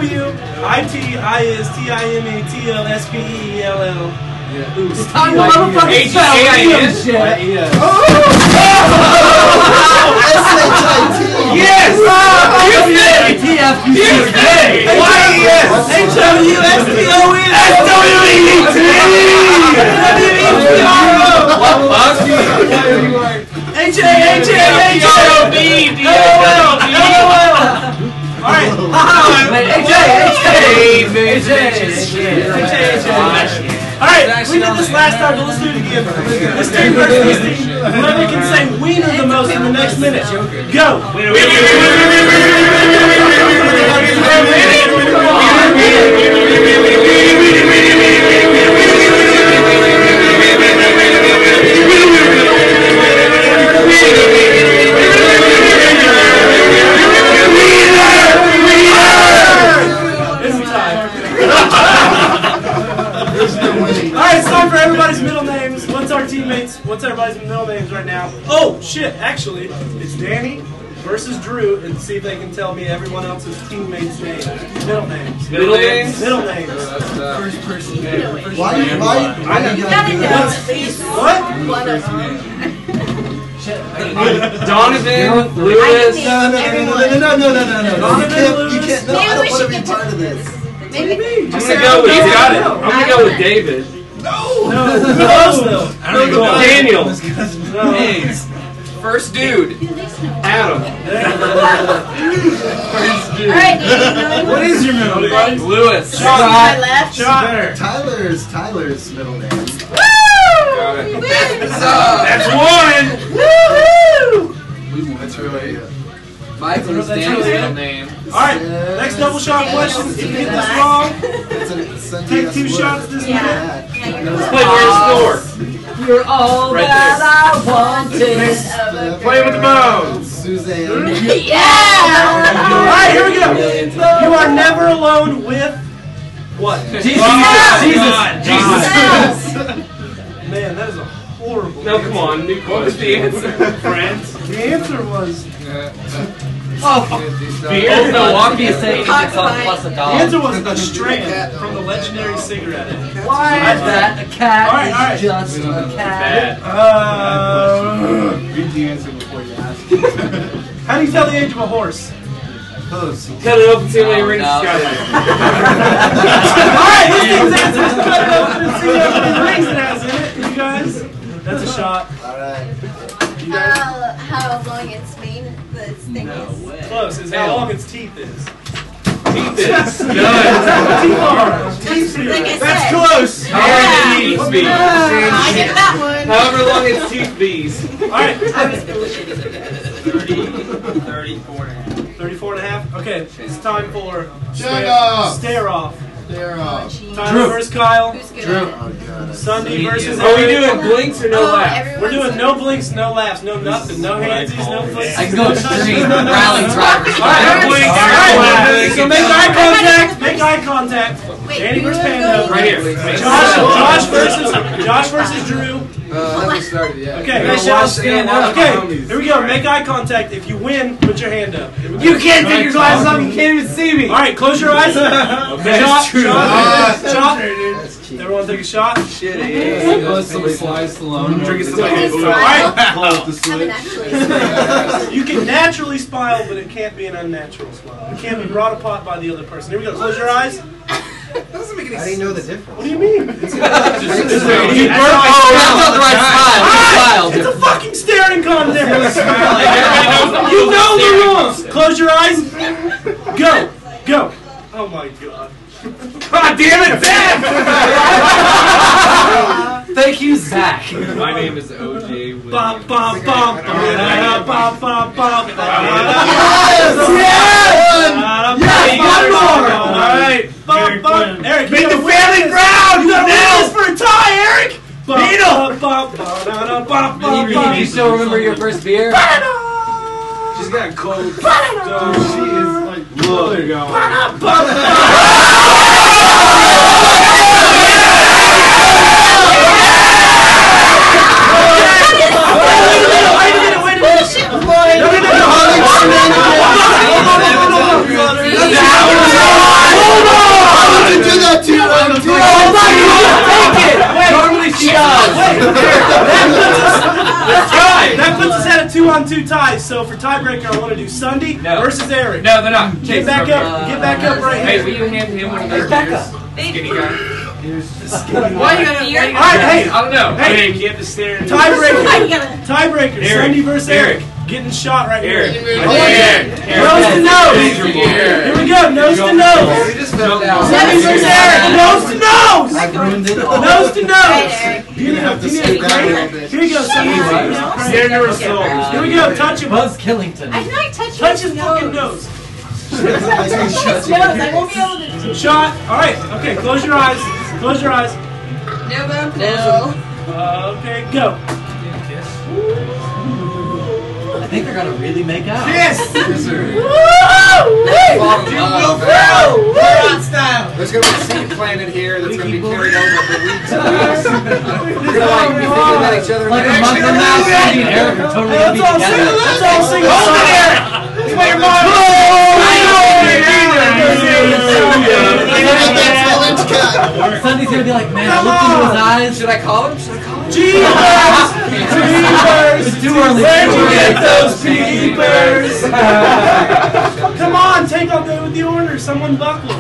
Speaker 5: E N-O-W-I-T-I-S-T-I-M-A-T-L-S-P-E-L-L.
Speaker 8: I'm a motherfucking
Speaker 10: S-H-I-T.
Speaker 5: Yes! Ah! You did it!
Speaker 8: TF.
Speaker 5: You did it! Y-E-S! H-O-U-S-T-O-N! S-W-E-T!
Speaker 11: What box you
Speaker 5: Alright, we did this last time, but let's do it again. Let's do it versus this team. Whoever can say wiener the most in the next minute. Go! It's time. Alright, it's time for everybody's middle names. What's our teammates? What's everybody's middle names right now? Oh shit! Actually, it's Danny versus Drew, and see if they can tell me everyone else's teammates' names, middle names,
Speaker 8: Middle names?
Speaker 5: middle names.
Speaker 7: First person.
Speaker 10: Why? Why? Why do you gotta do that?
Speaker 5: What?
Speaker 8: Donovan, Lewis.
Speaker 10: No, no, no, no, no, no, no, no, no, no. You can't. You can't. No, I
Speaker 9: Maybe we
Speaker 10: don't want
Speaker 9: should
Speaker 10: to be
Speaker 9: get
Speaker 10: part of this.
Speaker 9: Maybe.
Speaker 8: I'm gonna go with, he's got it. I'm gonna go with David.
Speaker 5: No, who else though?
Speaker 11: I don't even know.
Speaker 8: Daniel.
Speaker 11: This guy's-
Speaker 8: Names. First dude. Adam.
Speaker 9: All right, Danny.
Speaker 11: What is your middle name?
Speaker 8: Lewis.
Speaker 9: My left.
Speaker 5: Shot.
Speaker 10: Tyler's Tyler's middle name.
Speaker 8: That's one.
Speaker 10: That's really it.
Speaker 11: Michael is Dan's middle name.
Speaker 5: All right, next double shot question. If you get this wrong,
Speaker 10: It's an- send
Speaker 5: Take
Speaker 10: us
Speaker 5: two
Speaker 10: wood.
Speaker 5: shots this
Speaker 9: Yeah.
Speaker 10: Yeah.
Speaker 8: Play where's the score?
Speaker 9: You're all
Speaker 8: Right
Speaker 9: that I wanted.
Speaker 8: Play with the bones.
Speaker 10: Suzanne.
Speaker 5: All
Speaker 9: Yeah.
Speaker 5: right, here we go. You are never alone with what?
Speaker 8: Jesus.
Speaker 11: God.
Speaker 8: Jesus. Jesus.
Speaker 5: Man, that is a horrible.
Speaker 8: No, come on. New what was the answer?
Speaker 5: Friends. The answer was. Oh,
Speaker 8: Beer. Milwaukee is saying
Speaker 9: Cock fight.
Speaker 8: a
Speaker 5: The answer was a strand from the legendary cigarette. ad.
Speaker 8: Why is that a cat?
Speaker 5: All right,
Speaker 10: (laughs)
Speaker 5: all right.
Speaker 8: Just a cat.
Speaker 5: Uh,
Speaker 7: Read the answer before you ask.
Speaker 5: how do you tell the age of a
Speaker 8: (laughs)
Speaker 5: horse?
Speaker 8: Cut it open, see how many rings it's got.
Speaker 5: All right, this thing's answer is cut it open and see how many rings it has in it. You guys, that's a shot.
Speaker 10: All right.
Speaker 9: How, how long it's been this thing is.
Speaker 5: Close is how long its teeth is.
Speaker 8: Teeth
Speaker 5: (laughs)
Speaker 8: is
Speaker 5: That's
Speaker 8: done.
Speaker 5: what teeth are. Teeth
Speaker 9: Like I
Speaker 5: zero.
Speaker 9: said.
Speaker 8: close. How long its teeth be?
Speaker 9: I get that one.
Speaker 8: However long its teeth bees.
Speaker 5: All right,
Speaker 11: Thirty-four and a half.
Speaker 5: 34 and a half. Okay, it's time for
Speaker 10: Shut up.
Speaker 5: stare off.
Speaker 10: They're off.
Speaker 5: Tyler versus Kyle.
Speaker 9: Who's good?
Speaker 10: Oh god.
Speaker 5: Sunday versus
Speaker 8: Are we
Speaker 5: Eric.
Speaker 8: doing blinks or no
Speaker 9: Oh,
Speaker 8: laugh?
Speaker 9: everyone's
Speaker 5: We're doing no blinks, no laughs, no nothing, no handsies, no flicks.
Speaker 8: I
Speaker 11: can go extreme.
Speaker 5: (laughs)
Speaker 11: Rally
Speaker 8: drivers.
Speaker 5: Alright,
Speaker 8: Blinks.
Speaker 5: alright. So make eye contact.
Speaker 9: contact.
Speaker 5: Make eye contact.
Speaker 9: Wait,
Speaker 5: Danny
Speaker 9: who
Speaker 5: versus
Speaker 9: would
Speaker 5: Panda.
Speaker 9: go-
Speaker 8: Right here. Right here.
Speaker 5: Josh, Josh versus Josh versus Drew.
Speaker 7: Uh, I never started yet.
Speaker 5: Okay,
Speaker 11: Now
Speaker 5: I shall
Speaker 11: watch stand up,
Speaker 5: Okay,
Speaker 11: homies.
Speaker 5: here we go. Make eye contact. If you win, put your hand up. Here we go.
Speaker 8: You can't take your glasses off. You can't even see me.
Speaker 5: All right, close your
Speaker 8: (laughs)
Speaker 5: eyes. Shot,
Speaker 8: That's true.
Speaker 5: shot, shot.
Speaker 10: That's cheap.
Speaker 5: Everyone take a shot.
Speaker 11: Shit, it is. Some Sly Stallone. Drinking some
Speaker 9: Can you
Speaker 5: All
Speaker 9: smile?
Speaker 5: right,
Speaker 9: Haven't actually smiled.
Speaker 5: you can naturally smile, but it can't be an unnatural smile. It can't be brought upon by the other person. Here we go. Close your eyes. What
Speaker 10: I didn't know the difference.
Speaker 5: do you mean?
Speaker 8: You burp. Oh, that's not the right smile.
Speaker 5: It's a fucking staring contest.
Speaker 8: Everybody knows
Speaker 5: you know the rules. Close your eyes. Go, go. Oh my god.
Speaker 8: God damn it, Zach! (laughs) Thank you, Zach.
Speaker 7: My name is OJ. Williams.
Speaker 5: Bum bum bum. Ba-da-da, Bum bum bum.
Speaker 8: Yes, one more.
Speaker 5: All right. Bum bum. Eric,
Speaker 8: Make the family proud.
Speaker 5: You gotta win this
Speaker 8: for a tie, Eric. Beat him.
Speaker 5: Beat
Speaker 8: You still remember your first beer?
Speaker 7: She's got cold. Dude, she is like. Look. There you go.
Speaker 10: I wouldn't do that to you. I would do that.
Speaker 8: Normally she does. Let's try.
Speaker 5: That puts us at a two on two tie. So for tiebreaker, I want to do Sunday
Speaker 8: No.
Speaker 5: versus Eric.
Speaker 8: No, they're not.
Speaker 5: Get back up. Get back up right
Speaker 8: Hey,
Speaker 5: here.
Speaker 8: will you hand him one of those beers?
Speaker 12: (laughs)
Speaker 8: Skinny guy. Why you gotta?
Speaker 9: Beer?
Speaker 5: All right, hey.
Speaker 8: I don't know.
Speaker 5: Hey.
Speaker 8: you have to stare. at-
Speaker 5: Tiebreaker.
Speaker 9: Yeah.
Speaker 5: Tiebreaker.
Speaker 8: Eric.
Speaker 5: Sunday versus Eric.
Speaker 8: Eric.
Speaker 5: Getting shot right
Speaker 8: Eric.
Speaker 5: here.
Speaker 8: I
Speaker 5: Eric.
Speaker 8: think
Speaker 5: Nose to nose.
Speaker 8: Eric.
Speaker 5: Here we go. Nose to nose.
Speaker 11: We just found out.
Speaker 9: Seven percent.
Speaker 5: Nose to nose.
Speaker 10: ruined it all.
Speaker 5: Nose to
Speaker 9: Right,
Speaker 5: nose.
Speaker 9: Eric.
Speaker 5: You need a-
Speaker 10: have to
Speaker 5: you need
Speaker 10: sit
Speaker 5: a
Speaker 10: down a little
Speaker 5: great-
Speaker 10: bit.
Speaker 5: Here we go. Sunday versus
Speaker 9: Yeah.
Speaker 5: Eric.
Speaker 8: Stare into her soul.
Speaker 5: Here we go. Touch him.
Speaker 11: Buzz Killington.
Speaker 9: I know I touched
Speaker 5: Touch his
Speaker 9: his
Speaker 5: fucking
Speaker 9: nose.
Speaker 5: nose.
Speaker 10: I think she
Speaker 9: Touch
Speaker 10: shut
Speaker 9: his
Speaker 10: you.
Speaker 9: nose. I won't be able to.
Speaker 5: Shot. All right. Okay. Close your eyes. Close your eyes. Uh,
Speaker 9: No, no, no.
Speaker 5: Okay. Go.
Speaker 8: think they're gonna really make out.
Speaker 11: Yes! Yes, sir.
Speaker 8: Woo!
Speaker 11: Fuck,
Speaker 8: Dude,
Speaker 11: I wanna
Speaker 8: go
Speaker 11: go.
Speaker 8: through! Woo!
Speaker 11: Hot style. There's gonna be a seed planted here that's gonna be carried over for weeks and
Speaker 8: (laughs)
Speaker 11: weeks. We're gonna like be thinking about each other.
Speaker 8: Like a month from now, Cindy and Eric are totally gonna be
Speaker 11: Let's all
Speaker 8: together.
Speaker 11: sing- let's all sing a
Speaker 8: Hold
Speaker 11: song.
Speaker 8: it, Eric!
Speaker 11: Play your mind.
Speaker 8: Sunday's gonna be like, man, I looked into his eyes.
Speaker 11: Should I call him? Should I call him?
Speaker 8: (laughs) Jeebers! It's too early.
Speaker 5: Where'd you get those
Speaker 11: peepers?
Speaker 5: (laughs) Come on, take off the, with the order. Someone buckle.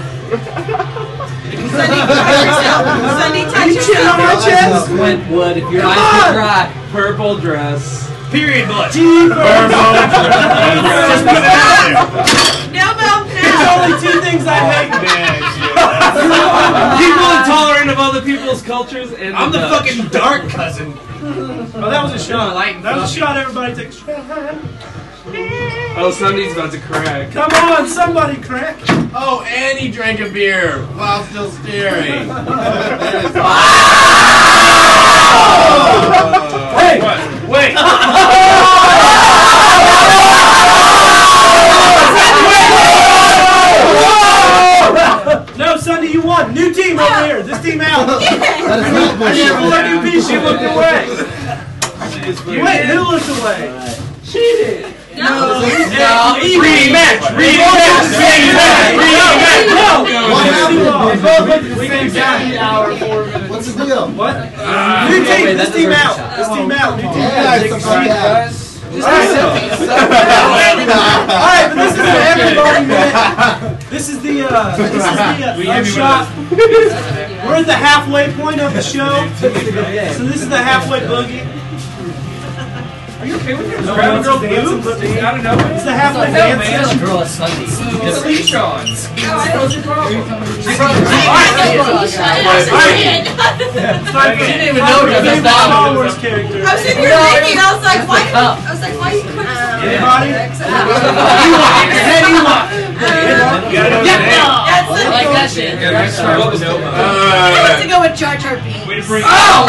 Speaker 9: Sunny, touch
Speaker 5: You cheating on
Speaker 9: yourself.
Speaker 5: my chest?
Speaker 8: Went wood. If your
Speaker 5: Come
Speaker 8: eyes
Speaker 5: on!
Speaker 8: are dry, purple dress.
Speaker 5: Period blood. Just put it out there.
Speaker 9: No milk
Speaker 5: There's
Speaker 9: now.
Speaker 5: only two things I hate.
Speaker 8: People intolerant of other people's cultures and
Speaker 7: I'm the
Speaker 8: Dutch.
Speaker 7: fucking dark cousin.
Speaker 5: Oh, that was a shot.
Speaker 7: Lighten
Speaker 5: That was a
Speaker 7: up.
Speaker 5: shot. Everybody take a shot.
Speaker 8: Oh, Sunday's about to crack.
Speaker 5: Come on, somebody crack.
Speaker 7: Oh, and he drank a beer while still
Speaker 11: (laughs)
Speaker 7: staring.
Speaker 8: (laughs)
Speaker 5: Hey, wait. No, Sunday, you won. New team over here. This team out.
Speaker 9: (laughs)
Speaker 5: I didn't let you be. She looked away. Wait, who looked away? She did.
Speaker 9: No.
Speaker 5: No, rematch, rematch, rematch, rematch. both looked at the same time.
Speaker 10: What's the deal?
Speaker 5: What? New team,
Speaker 8: wait,
Speaker 5: this
Speaker 8: that
Speaker 5: team
Speaker 8: deserves a
Speaker 5: out.
Speaker 8: shot.
Speaker 5: This team out. New team
Speaker 10: Yeah,
Speaker 5: out.
Speaker 10: it's something that.
Speaker 11: (laughs)
Speaker 5: All right, but this is the everybody minute. This is the uh, this is the uh, shot. We're at the halfway point of the show, so this is the halfway boogie. Are you okay with your brown girl boobs? I don't know. It's the halfway dance.
Speaker 8: a girl at Sunday's.
Speaker 9: (laughs)
Speaker 5: I didn't
Speaker 8: even know it was a
Speaker 5: Star
Speaker 8: dollar.
Speaker 5: Wars character.
Speaker 9: I was in here thinking, I was like, why? I was like, why you couldn't?
Speaker 8: Um, (laughs)
Speaker 5: Everybody, head Ewok.
Speaker 9: That's the.
Speaker 8: like that shit.
Speaker 9: I want to go with Jar Jar Binks.
Speaker 8: Oh!
Speaker 9: You're out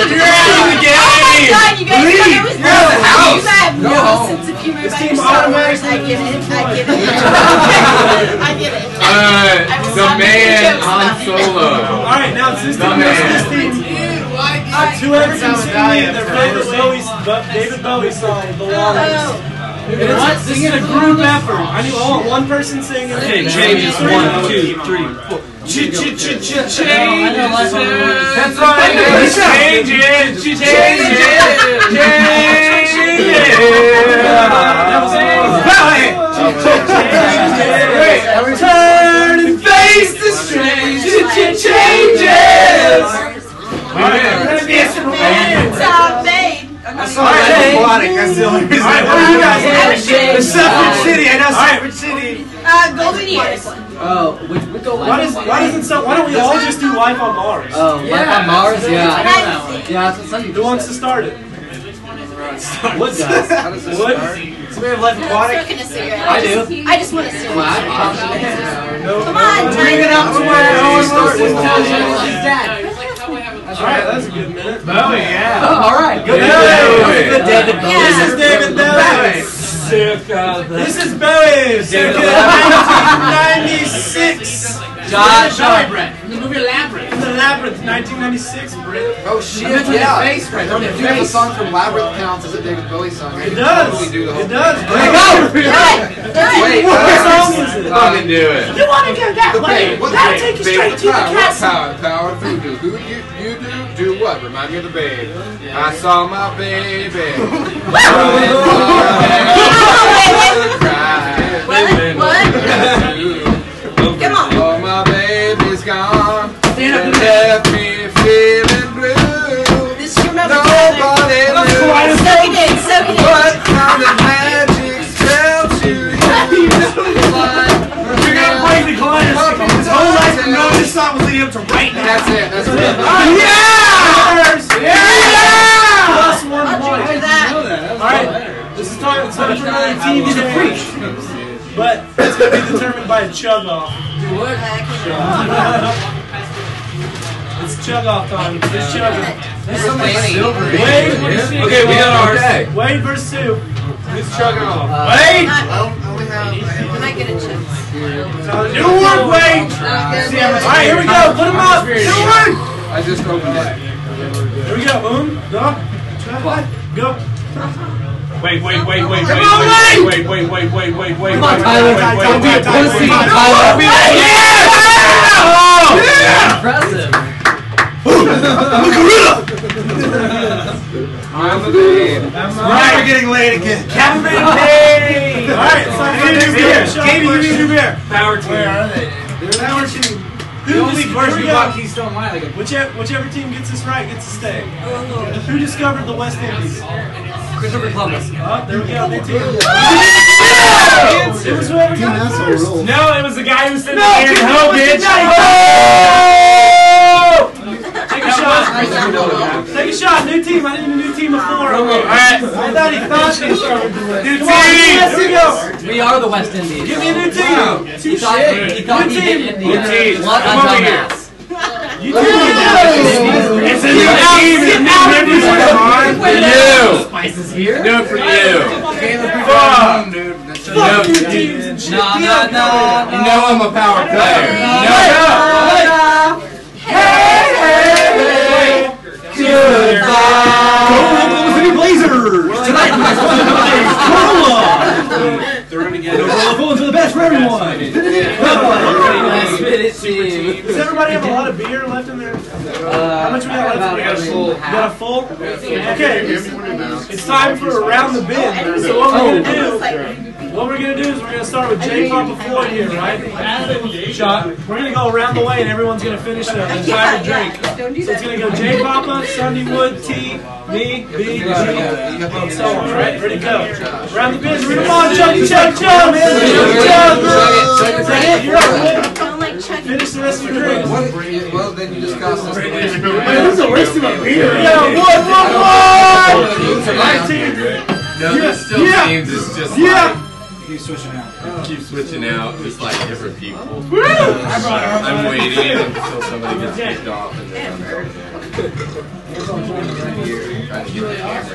Speaker 9: of the game. God, Oh you guys, that was
Speaker 11: You're out of the house.
Speaker 9: You have no
Speaker 11: home.
Speaker 9: sense of humor about
Speaker 5: team
Speaker 9: your Star Wars. I give
Speaker 5: automatically
Speaker 9: it. I give it. I give it. (laughs) I will
Speaker 7: the
Speaker 9: stop making
Speaker 7: man
Speaker 9: jokes
Speaker 7: Han
Speaker 9: about it.
Speaker 5: All
Speaker 7: Solo.
Speaker 5: right, now it's this team.
Speaker 7: Not
Speaker 5: versus
Speaker 7: bad.
Speaker 5: This team. Uh, two ever seen singing their favorite Bowie, Bo- David Bowie song, "The
Speaker 9: Oh,
Speaker 5: Waters." What? This is a group effort. I need I want one person singing.
Speaker 8: Okay,
Speaker 7: changes.
Speaker 5: Three.
Speaker 7: One,
Speaker 8: two, three, four. I know last one was-
Speaker 11: That's right.
Speaker 7: Change it. Change it.
Speaker 5: That was
Speaker 11: Turn and face the strange changes.
Speaker 9: Top eight. I'm not
Speaker 11: All
Speaker 9: even-
Speaker 11: right, aquatic. That's the only reason.
Speaker 5: All right, you guys
Speaker 9: I was
Speaker 11: The
Speaker 9: shit.
Speaker 11: Suffrage City. I know Suffrage City.
Speaker 9: Uh, golden years.
Speaker 8: Oh, which we go
Speaker 5: Why, does, why doesn't some, Why don't we all just do life on Mars?
Speaker 8: Oh, Life on Mars? Yeah.
Speaker 9: Nice.
Speaker 8: Yeah, that's what Sunday
Speaker 5: Who wants to start it?
Speaker 8: Woods does.
Speaker 5: Wood?
Speaker 11: Somebody have life
Speaker 9: I'm
Speaker 11: aquatic.
Speaker 9: smoking a cigarette.
Speaker 8: I do.
Speaker 9: I just want a cigarette.
Speaker 5: No.
Speaker 9: Come on,
Speaker 11: Bring it up to where no one starts.
Speaker 5: All right, that's a good minute.
Speaker 7: Oh yeah.
Speaker 8: Oh, alright. Good
Speaker 7: Yeah.
Speaker 8: David. Good David Bowie.
Speaker 9: Yeah.
Speaker 5: This is David Bowie.
Speaker 8: Circa the-
Speaker 5: This is Bowie. Circa 1996.
Speaker 8: Josh.
Speaker 7: From the movie Labyrinth.
Speaker 5: In the labyrinth, 1996. Brit.
Speaker 11: Oh shit!
Speaker 8: That's on his
Speaker 11: Yeah.
Speaker 8: face right there.
Speaker 11: If you have a song from Labyrinth counts as a David Bowie song,
Speaker 5: It does.
Speaker 11: We do the whole
Speaker 5: It does.
Speaker 8: Go!
Speaker 5: Brit.
Speaker 11: Wait, uh,
Speaker 5: What song is it?
Speaker 7: Fucking do it.
Speaker 5: You want to go that
Speaker 11: The
Speaker 5: way?
Speaker 11: babe, what
Speaker 5: That'll
Speaker 11: babe?
Speaker 5: take you
Speaker 11: Babe,
Speaker 5: straight to the
Speaker 11: power, what
Speaker 5: castle.
Speaker 11: Power, power, who do, who you, you do, do what? Remind me of the babe. I saw my
Speaker 5: (laughs)
Speaker 11: baby. Cry.
Speaker 9: What? What? Come on.
Speaker 11: Oh, my baby's gone. And left me feeling blue.
Speaker 9: This is your number.
Speaker 11: Nobody knew
Speaker 9: Soak it in. Soak it in.
Speaker 11: what kind of magic spell to you. You gotta
Speaker 5: the
Speaker 11: break
Speaker 5: kaleidoscope.
Speaker 11: Whole life from knowing
Speaker 5: this song was leading up to right
Speaker 11: That's it. That's it.
Speaker 5: Yeah!
Speaker 11: Yeah!
Speaker 5: Plus one
Speaker 9: I'll drink
Speaker 5: point.
Speaker 9: for that.
Speaker 5: All right. This is talking about another team in a preach, but it's gonna be determined by a chug off. It's chug off time. Just chug it. That's so much silver. Wade versus
Speaker 7: Yeah. Okay, we got ours.
Speaker 5: Okay. Wade versus Sue. Who's chugging off?
Speaker 7: Uh,
Speaker 5: Wade!
Speaker 9: When I get a chance.
Speaker 5: New work, Wade! All right, here we go. Put him up. New work!
Speaker 7: I just opened it.
Speaker 5: Here we go. Boom. um, Go. Go.
Speaker 4: Wait, wait, wait, wait, wait,
Speaker 5: Come on,
Speaker 4: wait, wait, wait, wait, wait, wait, wait, wait,
Speaker 8: Come on, Tyler.
Speaker 4: wait, wait,
Speaker 8: Don't be a
Speaker 4: wait, wait, wait,
Speaker 8: pussy,
Speaker 4: wait.
Speaker 8: Tyler.
Speaker 4: Don't be a- Yeah!
Speaker 8: Impressive.
Speaker 7: I'm a man.
Speaker 5: Right.
Speaker 11: We're getting laid again.
Speaker 5: Cafe! All right, so I need a new beer. Katie, give me a new beer.
Speaker 7: Power team.
Speaker 5: Power team.
Speaker 11: The only person who bought
Speaker 5: Who
Speaker 11: Keystone Light, like a
Speaker 5: Whichever, whichever team gets this right gets to stay. Who discovered the West Indies?
Speaker 11: Christopher Columbus.
Speaker 5: Oh, there we go. They did. It was whoever
Speaker 10: Team
Speaker 5: got it
Speaker 10: asshole
Speaker 5: first.
Speaker 10: rule.
Speaker 4: No, it was the guy who said
Speaker 5: No,
Speaker 4: the
Speaker 5: keep
Speaker 4: no,
Speaker 5: going,
Speaker 4: bitch.
Speaker 5: keep going.
Speaker 4: Oh!
Speaker 5: Take a shot. Take a shot. New team. I need a new team of four.
Speaker 4: All right.
Speaker 5: I thought he thought they started the West
Speaker 4: New
Speaker 5: Come on, Yes,
Speaker 4: team.
Speaker 5: we go.
Speaker 8: We are the West Indies.
Speaker 5: Give me a new team.
Speaker 8: He thought, he, thought
Speaker 5: Good
Speaker 8: he did
Speaker 5: team.
Speaker 8: India.
Speaker 4: Good team.
Speaker 8: What a
Speaker 4: Come over here.
Speaker 8: dumbass.
Speaker 5: You two are the
Speaker 4: It's a new team. It's new members. Come on. For
Speaker 8: Spices here?
Speaker 4: you. Do it for you.
Speaker 11: Fuck, dude. That's
Speaker 5: Fuck you, teams and shit.
Speaker 8: No, no, no,
Speaker 4: You
Speaker 8: no.
Speaker 4: know I'm a power player. No, no.
Speaker 10: Oklahoma City Blazers! Tonight, the best one of the Blazers! Corolla!
Speaker 7: Throw it again.
Speaker 10: Corolla Bulls are the best for everyone!
Speaker 8: Nice minute team.
Speaker 5: Does everybody have a lot of beer left in there? How much we got left?
Speaker 8: About a full
Speaker 5: You got a full? Okay, it's- it's time for around the bend. So what we're gonna do, what we're gonna do is we're gonna start with Jay Papa Floyd here, right? Shot. We're gonna go around the way and everyone's gonna finish an entire drink.
Speaker 9: Don't do
Speaker 5: So it's gonna go Jay Papa, Sunday Wood, T, me, B, G, and so on, right? Ready, go. Around the bend, read them on, chug, chug, chug, man, chug, chug,
Speaker 11: Chug it, chug it,
Speaker 5: That's it, you're up, Wood.
Speaker 9: Don't like chugging.
Speaker 5: Finish the rest of your drinks.
Speaker 11: What? Well, then you just cost us the waste.
Speaker 5: That's a waste of a beer. Yeah, one, one, one.
Speaker 4: No, there's still
Speaker 5: Yeah.
Speaker 4: teams. It's just
Speaker 5: Yeah.
Speaker 11: Keep switching out.
Speaker 4: like, keep switching out. It's like different people.
Speaker 5: Woo.
Speaker 4: I'm waiting until somebody gets kicked off and then I'm going there. Trying to get that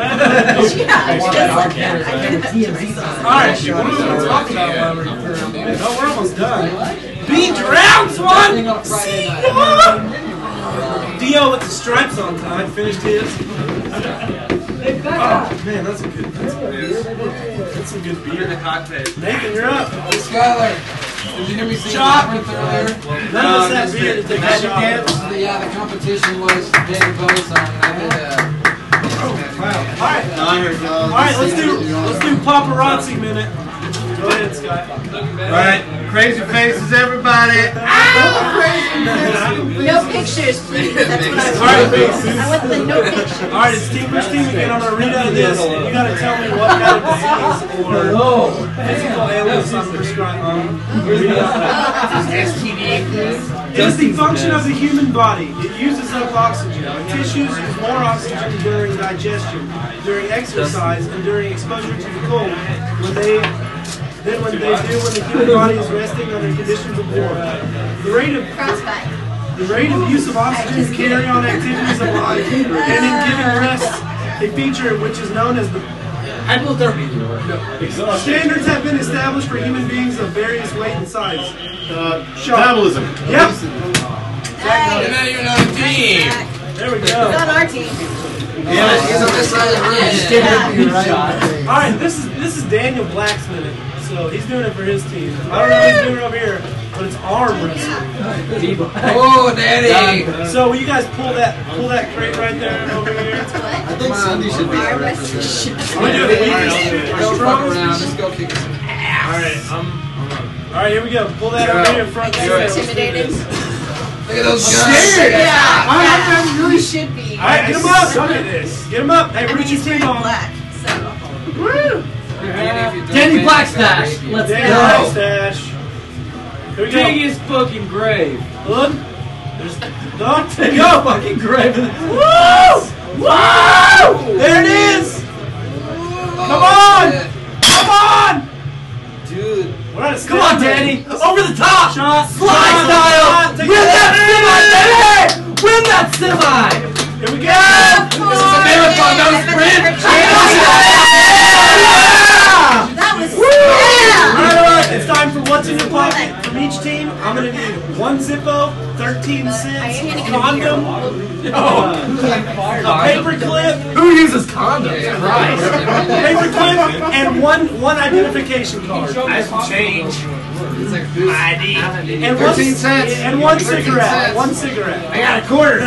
Speaker 4: hammer.
Speaker 5: All right.
Speaker 4: She wanted to know where I am.
Speaker 5: No, we're almost done. Beans rounds one.
Speaker 11: Friday night.
Speaker 5: Dio with the stripes on time finished his. Oh man, that's a good. That's, that's some good beer. Nathan, you're up.
Speaker 11: Skylar, did you hear me say
Speaker 5: Shot.
Speaker 11: the difference earlier?
Speaker 5: None of us have beer to take a
Speaker 11: Magic
Speaker 5: shot.
Speaker 11: Dance, the, yeah, the competition was David Bowie's song, and I had,
Speaker 5: All right. All right. Let's do let's do paparazzi minute. Go ahead, Scott.
Speaker 11: Alright, crazy faces, everybody!
Speaker 9: No pictures, please. That's what
Speaker 5: All right,
Speaker 9: I
Speaker 5: Beans.
Speaker 9: want. I want the no pictures.
Speaker 5: All right, it's team versus team again. I'm gonna read out of this, and you gotta tell me what kind of disease or
Speaker 8: Oh,
Speaker 5: physical illness I'm prescribing. Um, read out of it. It is the function of the human body. It uses up oxygen. Tissues use more oxygen during digestion, during exercise, and during exposure to the cold. When they than when they do when the human body is resting under conditions of war. The rate of
Speaker 9: Frostbite.
Speaker 5: the rate of use of oxygen to carry on activities of life and in giving rest, a feature which is known as the Standards have been established for human beings of various weight and size. Uh,
Speaker 12: Metabolism.
Speaker 5: Yep,
Speaker 9: Hey,
Speaker 4: Now you're not a team.
Speaker 5: there we go.
Speaker 9: not our team.
Speaker 11: So this side of the room is
Speaker 5: All right, this is this is Daniel Black's minute, so he's doing it for his team. I don't know what he's doing over here, but it's arm wrestling.
Speaker 11: Oh, daddy!
Speaker 5: So will you guys pull that pull that crate right there over here?
Speaker 10: I think Sunday should be our representative.
Speaker 5: I'm gonna do it. weakest.
Speaker 11: Don't fuck around, just go kick us.
Speaker 5: All right, here we go. Pull that over here in front.
Speaker 9: Intimidated.
Speaker 11: Look at those guys!
Speaker 9: Yeah.
Speaker 10: I
Speaker 9: We should be.
Speaker 5: All right, get him up. Look at this. Get him up. Hey,
Speaker 9: I
Speaker 5: where'd
Speaker 9: mean,
Speaker 5: you
Speaker 9: he's
Speaker 5: team
Speaker 9: wearing
Speaker 5: on?
Speaker 9: black, so.
Speaker 5: Woo!
Speaker 8: Danny Blackstash. Let's
Speaker 5: Damn
Speaker 8: go.
Speaker 5: mustache. Here we go. Biggest fucking grave. Look. There's Look. There you go. Fucking grave. Woo! Woo! There it is. Come on. Come on.
Speaker 11: Dude.
Speaker 5: We're at a
Speaker 8: Come on, Danny. Over the top.
Speaker 5: Shot.
Speaker 8: Fly style. Win that semi, baby. Win that semi.
Speaker 5: Here we one Zippo, 13 cents, condom, uh,
Speaker 8: Oh.
Speaker 5: a paper clip.
Speaker 10: Who uses condoms? Christ.
Speaker 5: paper clip and one one identification card.
Speaker 8: That's change.
Speaker 5: ID. And one,
Speaker 8: 13 cents.
Speaker 5: And one
Speaker 8: 13
Speaker 5: cigarette.
Speaker 8: cents.
Speaker 5: One cigarette.
Speaker 8: I got a quarter.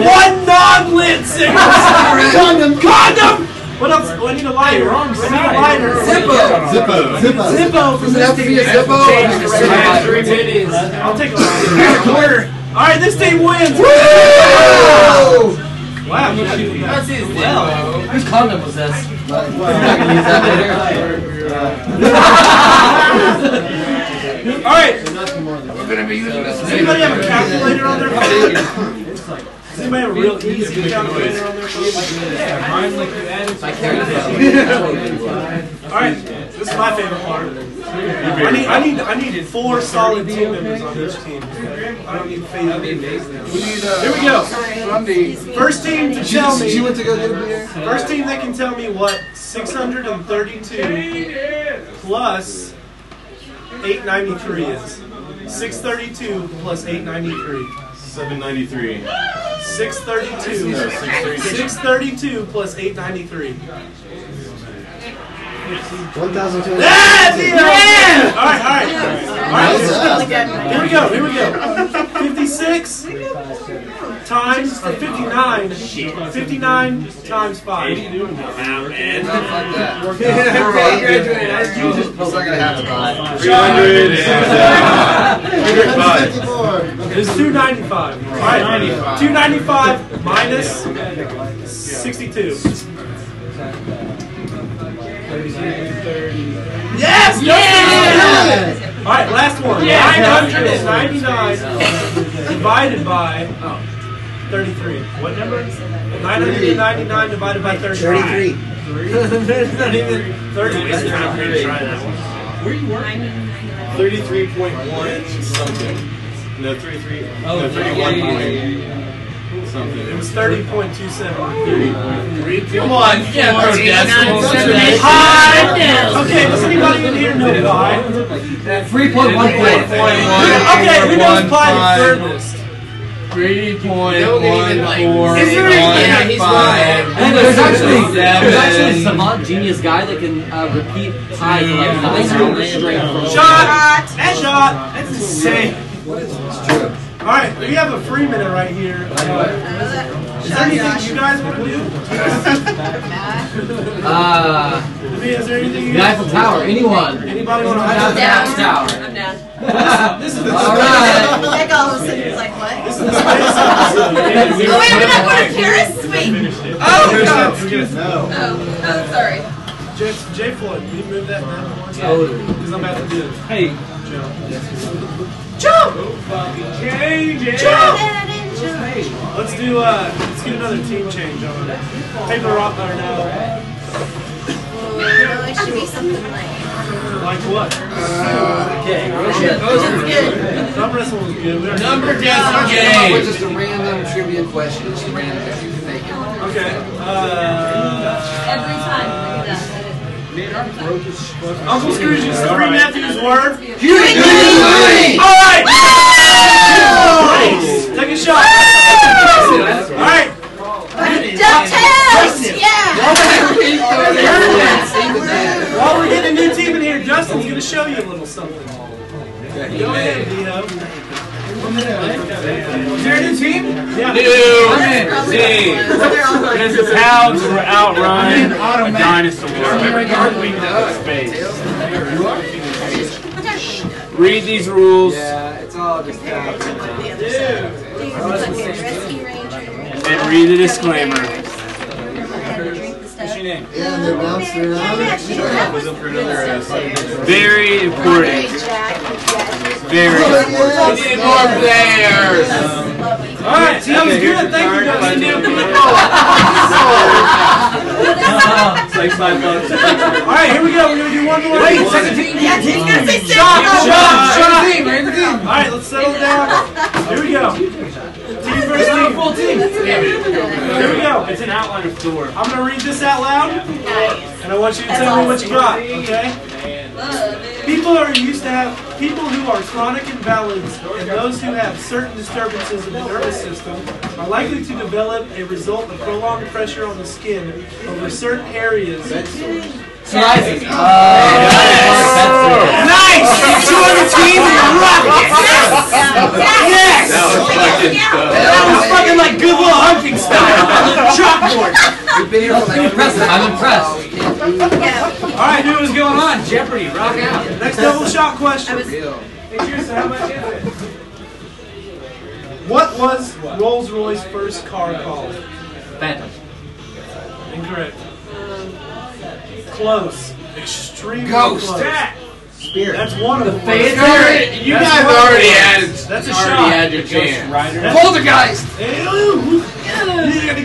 Speaker 5: (laughs)
Speaker 8: (laughs)
Speaker 5: One non-lit cigarette. Condom. Condom. What else? Oh, I need a lighter. wrong I need a lighter.
Speaker 12: Zippo. Zippo. Zippo.
Speaker 5: Zippo. for
Speaker 12: Does it have to be a
Speaker 5: this
Speaker 12: Zippo or
Speaker 5: thing.
Speaker 12: just a regular
Speaker 5: Yeah,
Speaker 12: lighter?
Speaker 5: three titties. I'll take a lighter. quarter. All right, this team wins. Wow.
Speaker 8: That's his well.
Speaker 11: Whose condom was this?
Speaker 5: All right.
Speaker 8: We're gonna be using this.
Speaker 5: Does anybody have a calculator on their phone? Does anybody have a real easy calculator on their phone? Yeah, mine's like you added. All right, this is my favorite part. I need, I need, I need four solid team members on each team. I don't need faith. That'd be amazing. Here we go. First team to tell me.
Speaker 11: She went to go get a beer.
Speaker 5: First team that can tell me what 632 plus 893 is. 632 plus 893.
Speaker 12: 793.
Speaker 5: 632.
Speaker 12: No, 632.
Speaker 5: 632 plus 893.
Speaker 13: 1,200.
Speaker 5: That's it!
Speaker 13: Yeah!
Speaker 5: All right, all right. All right, here we go, here we go. 56 times, or 59, 59 times 5. It's 295. All right, 295 minus 62. Yes!
Speaker 8: Yeah!
Speaker 5: All right, last one.
Speaker 8: Yeah!
Speaker 5: (laughs) 999 divided by 33. What number? 999 divided by (laughs) 33. 33. not even 30.
Speaker 12: Where you working? 33.1 something. No,
Speaker 5: Oh,
Speaker 12: 33. no,
Speaker 5: yeah,
Speaker 12: 31
Speaker 5: yeah, yeah, yeah,
Speaker 12: point something.
Speaker 5: It was 30.27.
Speaker 12: Come on, you can't throw decimals.
Speaker 5: Hi! Okay, does anybody in here (laughs) know pi?
Speaker 11: 3.1.1.
Speaker 5: Okay, who knows pi the furthest?
Speaker 7: Three point
Speaker 11: Don't even, like, is there a- yeah, he's wrong.
Speaker 7: And
Speaker 8: there's
Speaker 7: there's
Speaker 8: actually-
Speaker 7: actually
Speaker 8: there's
Speaker 7: there's
Speaker 8: actually
Speaker 7: actually some odd genius guy that can uh, repeat pi to like nine numbers straight.
Speaker 5: Shot! That shot! That's insane. Alright, we have a free minute right here. Uh, Is there anything you guys want to do?
Speaker 11: Uh,
Speaker 5: Is there anything you
Speaker 11: the
Speaker 5: guys?
Speaker 11: Eiffel Tower. Anyone?
Speaker 5: Anybody want to
Speaker 11: Eiffel
Speaker 5: hide?
Speaker 11: Tower.
Speaker 9: I'm down.
Speaker 5: This is the
Speaker 11: All right.
Speaker 9: Like all of a sudden, it's like, what?
Speaker 5: This is the space episode.
Speaker 9: Oh, wait, we're not going to Paris? Wait. (laughs) Oh, no.
Speaker 5: no.
Speaker 9: Oh, oh, sorry.
Speaker 5: J, J Floyd, can you move that down one
Speaker 11: Totally.
Speaker 5: Because I'm about to do it.
Speaker 11: Hey.
Speaker 5: Change it! Let's do, uh, let's get another team change on. Paper rock or no.
Speaker 9: Well, it should be something like.
Speaker 5: Like what?
Speaker 11: Okay.
Speaker 5: Thumb wrestle was good. We already-
Speaker 8: game.
Speaker 11: Just a random trivia question. Just a random that you can make it.
Speaker 5: Okay. Uh,
Speaker 6: Every time. Look at that.
Speaker 5: Uncle Scrooge is three
Speaker 8: Alright.
Speaker 5: nephews word.
Speaker 8: Humanity!
Speaker 5: All right. Nice. Take a shot. All right.
Speaker 9: DuckTales! Yeah!
Speaker 5: While we're getting a new team in here, Justin's gonna show you a little something. Go ahead, Vito. Is there a new team? Yeah.
Speaker 7: New team. This is how to outrun a dinosaur. Space. Read these rules.
Speaker 11: Yeah, it's all just. Uh,
Speaker 7: And read the disclaimer.
Speaker 9: What's your name?
Speaker 13: Yeah, and they're bouncing around.
Speaker 7: Very important. Very
Speaker 13: Yes.
Speaker 7: important.
Speaker 13: We need more
Speaker 7: players.
Speaker 5: All right, that was good. Thank you, Justin.
Speaker 7: It's like five bucks.
Speaker 5: All right, here we go. We're gonna do one more.
Speaker 11: Wait, second team.
Speaker 9: Yeah, he's gonna say
Speaker 5: Shut up,
Speaker 9: something.
Speaker 5: shut up, shut up.
Speaker 11: team. Random team.
Speaker 5: All right, let's settle down. Here we go. Team versus team.
Speaker 11: Full team.
Speaker 5: Here we go.
Speaker 7: It's an outline of Thor.
Speaker 5: I'm gonna read this out loud, and I want you to tell me what you got. Okay?
Speaker 9: Love it.
Speaker 5: People are used to have people who are chronic invalids and those who have certain disturbances in the nervous system are likely to develop a result of prolonged pressure on the skin over certain areas. (laughs)
Speaker 8: Psoriasis. Uh,
Speaker 5: Nice! You joined the team and you rock it!
Speaker 8: Yes!
Speaker 5: That was
Speaker 8: fucking That was fucking like good will hunting style on the chalkboard. You've been here for like impressive. I'm impressed.
Speaker 5: All right, dude, what's going on? Jeopardy, rock out. Next double shot question. Hey, Kirsten, how much is it? What was Rolls Royce's first car called?
Speaker 8: Phantom.
Speaker 5: Incorrect. Close. Extremely
Speaker 8: Ghost.
Speaker 5: close.
Speaker 8: Jack.
Speaker 5: Spirit. That's one of
Speaker 8: The
Speaker 5: them.
Speaker 8: Phantom. You
Speaker 5: That's
Speaker 8: guys
Speaker 5: one of
Speaker 8: already
Speaker 5: them.
Speaker 8: had it.
Speaker 5: That's a
Speaker 8: You
Speaker 5: shot.
Speaker 8: already had your
Speaker 5: Ghost
Speaker 8: chance.
Speaker 5: Rider.
Speaker 8: That's- Poltergeist.
Speaker 5: Ew. You gotta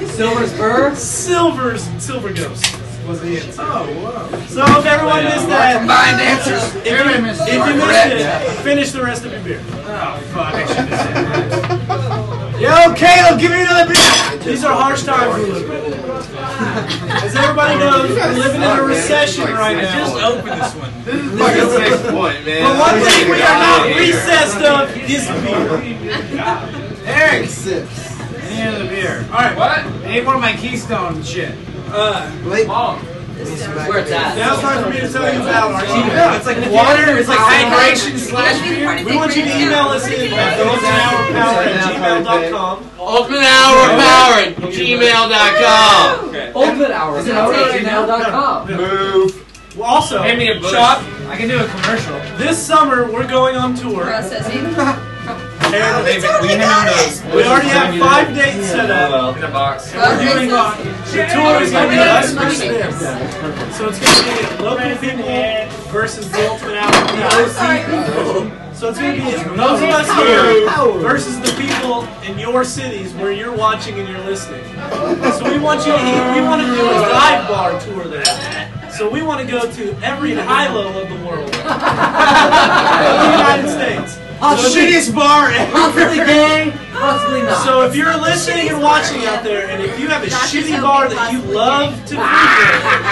Speaker 5: go. Silver Spur? Silver's Silver Ghost was the answer. Oh, wow. So if everyone
Speaker 8: Yeah.
Speaker 5: missed that.
Speaker 8: Combined answers.
Speaker 5: If you,
Speaker 8: Everybody missed
Speaker 5: if
Speaker 8: it.
Speaker 5: you
Speaker 8: Correct.
Speaker 5: missed it, finish the rest of your beer. Oh, fuck. I should
Speaker 8: Yo, Caleb, give me another beer.
Speaker 5: These are harsh times we live in. As everybody knows, we're living in a recession right now. just opened this one. This is the next point, man. But one thing we are not recessed of is beer. Eric sips.
Speaker 7: Any other beer?
Speaker 5: All right, what?
Speaker 7: I need one of my Keystone and shit.
Speaker 5: Uh,
Speaker 7: Blake. Mom.
Speaker 5: Where it's at. Now it's time for me to tell you about our email.
Speaker 7: It's like water. It's like hydration slash beer.
Speaker 5: We want you to email us in at ultimatehourpower at gmail.com.
Speaker 8: Ultimate Hour Power at gmail.com.
Speaker 5: Ultimate Hour
Speaker 8: Is it Power at gmail.com?
Speaker 5: Move. Well, also,
Speaker 8: Hand me a bush.
Speaker 5: shop. I can do a commercial. This summer, we're going on tour.
Speaker 6: Processing.
Speaker 5: (laughs) And
Speaker 6: we totally got it.
Speaker 5: We already have five dates set up.
Speaker 7: In a box.
Speaker 5: And we're doing the tour is going to be us versus them. So it's going to be local people versus the ultimate out. So it's going to be those of us here versus the people in your cities where you're watching and you're listening. So we want you to hear, we want to do a dive bar tour there. So we want to go to every high-low of the world. (laughs) of the United States.
Speaker 8: Hot
Speaker 5: So if you-
Speaker 8: shittiest bar ever. Possibly gay, possibly not.
Speaker 5: So if you're listening and watching out there, and if you have a shitty bar that you love to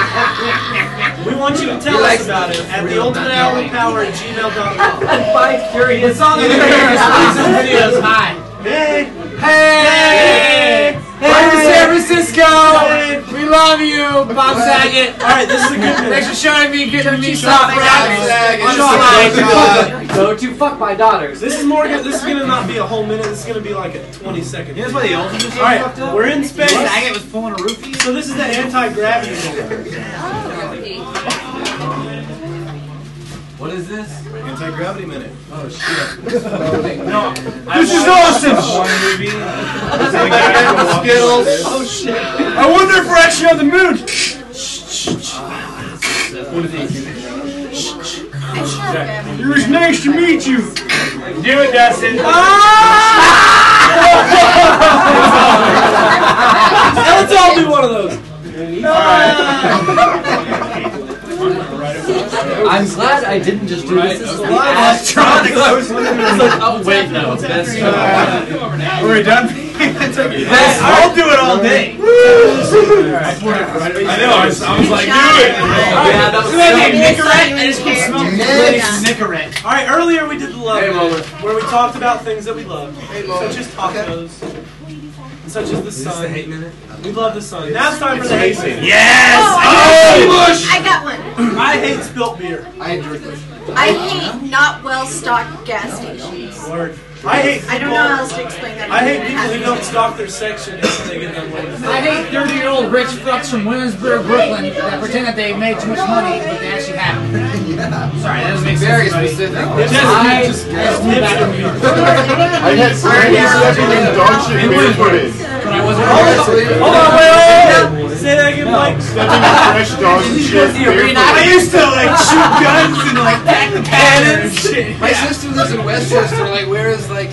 Speaker 5: frequent, we want you to tell us about it at the ultimate hour power at gmail.com. By curious. It's on the videos. Hi. Hey. Hey.
Speaker 8: Right to San
Speaker 5: Francisco.
Speaker 8: We love you, Bob Saget.
Speaker 5: All right, this is a good
Speaker 8: Thanks for showing me getting me
Speaker 5: Stop
Speaker 8: shot for having
Speaker 5: Go to fuck my daughters. This is more. This is gonna not be a whole minute. This is gonna be like a twenty second. Here's
Speaker 7: why the Elton was
Speaker 5: All right,
Speaker 7: fucked up.
Speaker 5: we're in space.
Speaker 7: Saget was pulling a roofie.
Speaker 5: So this is the anti gravity.
Speaker 7: What is this? Anti gravity minute. Oh shit.
Speaker 8: No,
Speaker 7: This is awesome. One movie.
Speaker 8: Skittles. Oh shit. I wonder if we're actually on the moon. What is he? It was nice to meet you. Do it, Dustin.
Speaker 5: Let's all do one of those.
Speaker 8: I'm glad I didn't just do this. This is live electronics. I was like, oh wait, (laughs) no. That's Were we done? That's- I'll do it all day.
Speaker 7: I know. I was, I was like, do it.
Speaker 8: Yeah, that was
Speaker 5: I just keep smoking. Nicorette. All right, earlier we did the love, Minute, where we talked about things that we love, such as tacos, and such as the sun. We love the sun. Now it's time for the hate minute.
Speaker 8: Yes!
Speaker 9: Oh,
Speaker 5: Oh,
Speaker 9: I got one. I got one.
Speaker 5: I hate spilt beer. I drink
Speaker 9: I hate not well stocked gas stations.
Speaker 5: Word. I hate.
Speaker 9: I don't
Speaker 5: people-
Speaker 9: know how else to explain that.
Speaker 5: I hate people who don't stock their section after they get done with
Speaker 8: I hate 30 year old rich fucks from Williamsburg, Brooklyn that pretend that they've made too much money, but they actually haven't. Sorry, that doesn't make sense.
Speaker 11: Very
Speaker 8: buddy.
Speaker 11: specific.
Speaker 8: No.
Speaker 11: Just-
Speaker 8: I
Speaker 11: just-
Speaker 8: just moved back to New York.
Speaker 11: I had so many everything dark shit
Speaker 8: In
Speaker 11: beer
Speaker 8: Williamsburg.
Speaker 11: put in.
Speaker 8: But I wasn't.
Speaker 11: Hold
Speaker 5: on, wait, wait, wait. Say that again, Mike.
Speaker 11: Stepping fresh dogs and shit. beer put in.
Speaker 8: and
Speaker 5: (laughs)
Speaker 8: like pack the cannons.
Speaker 11: My sister lives in Westchester. Like, where is like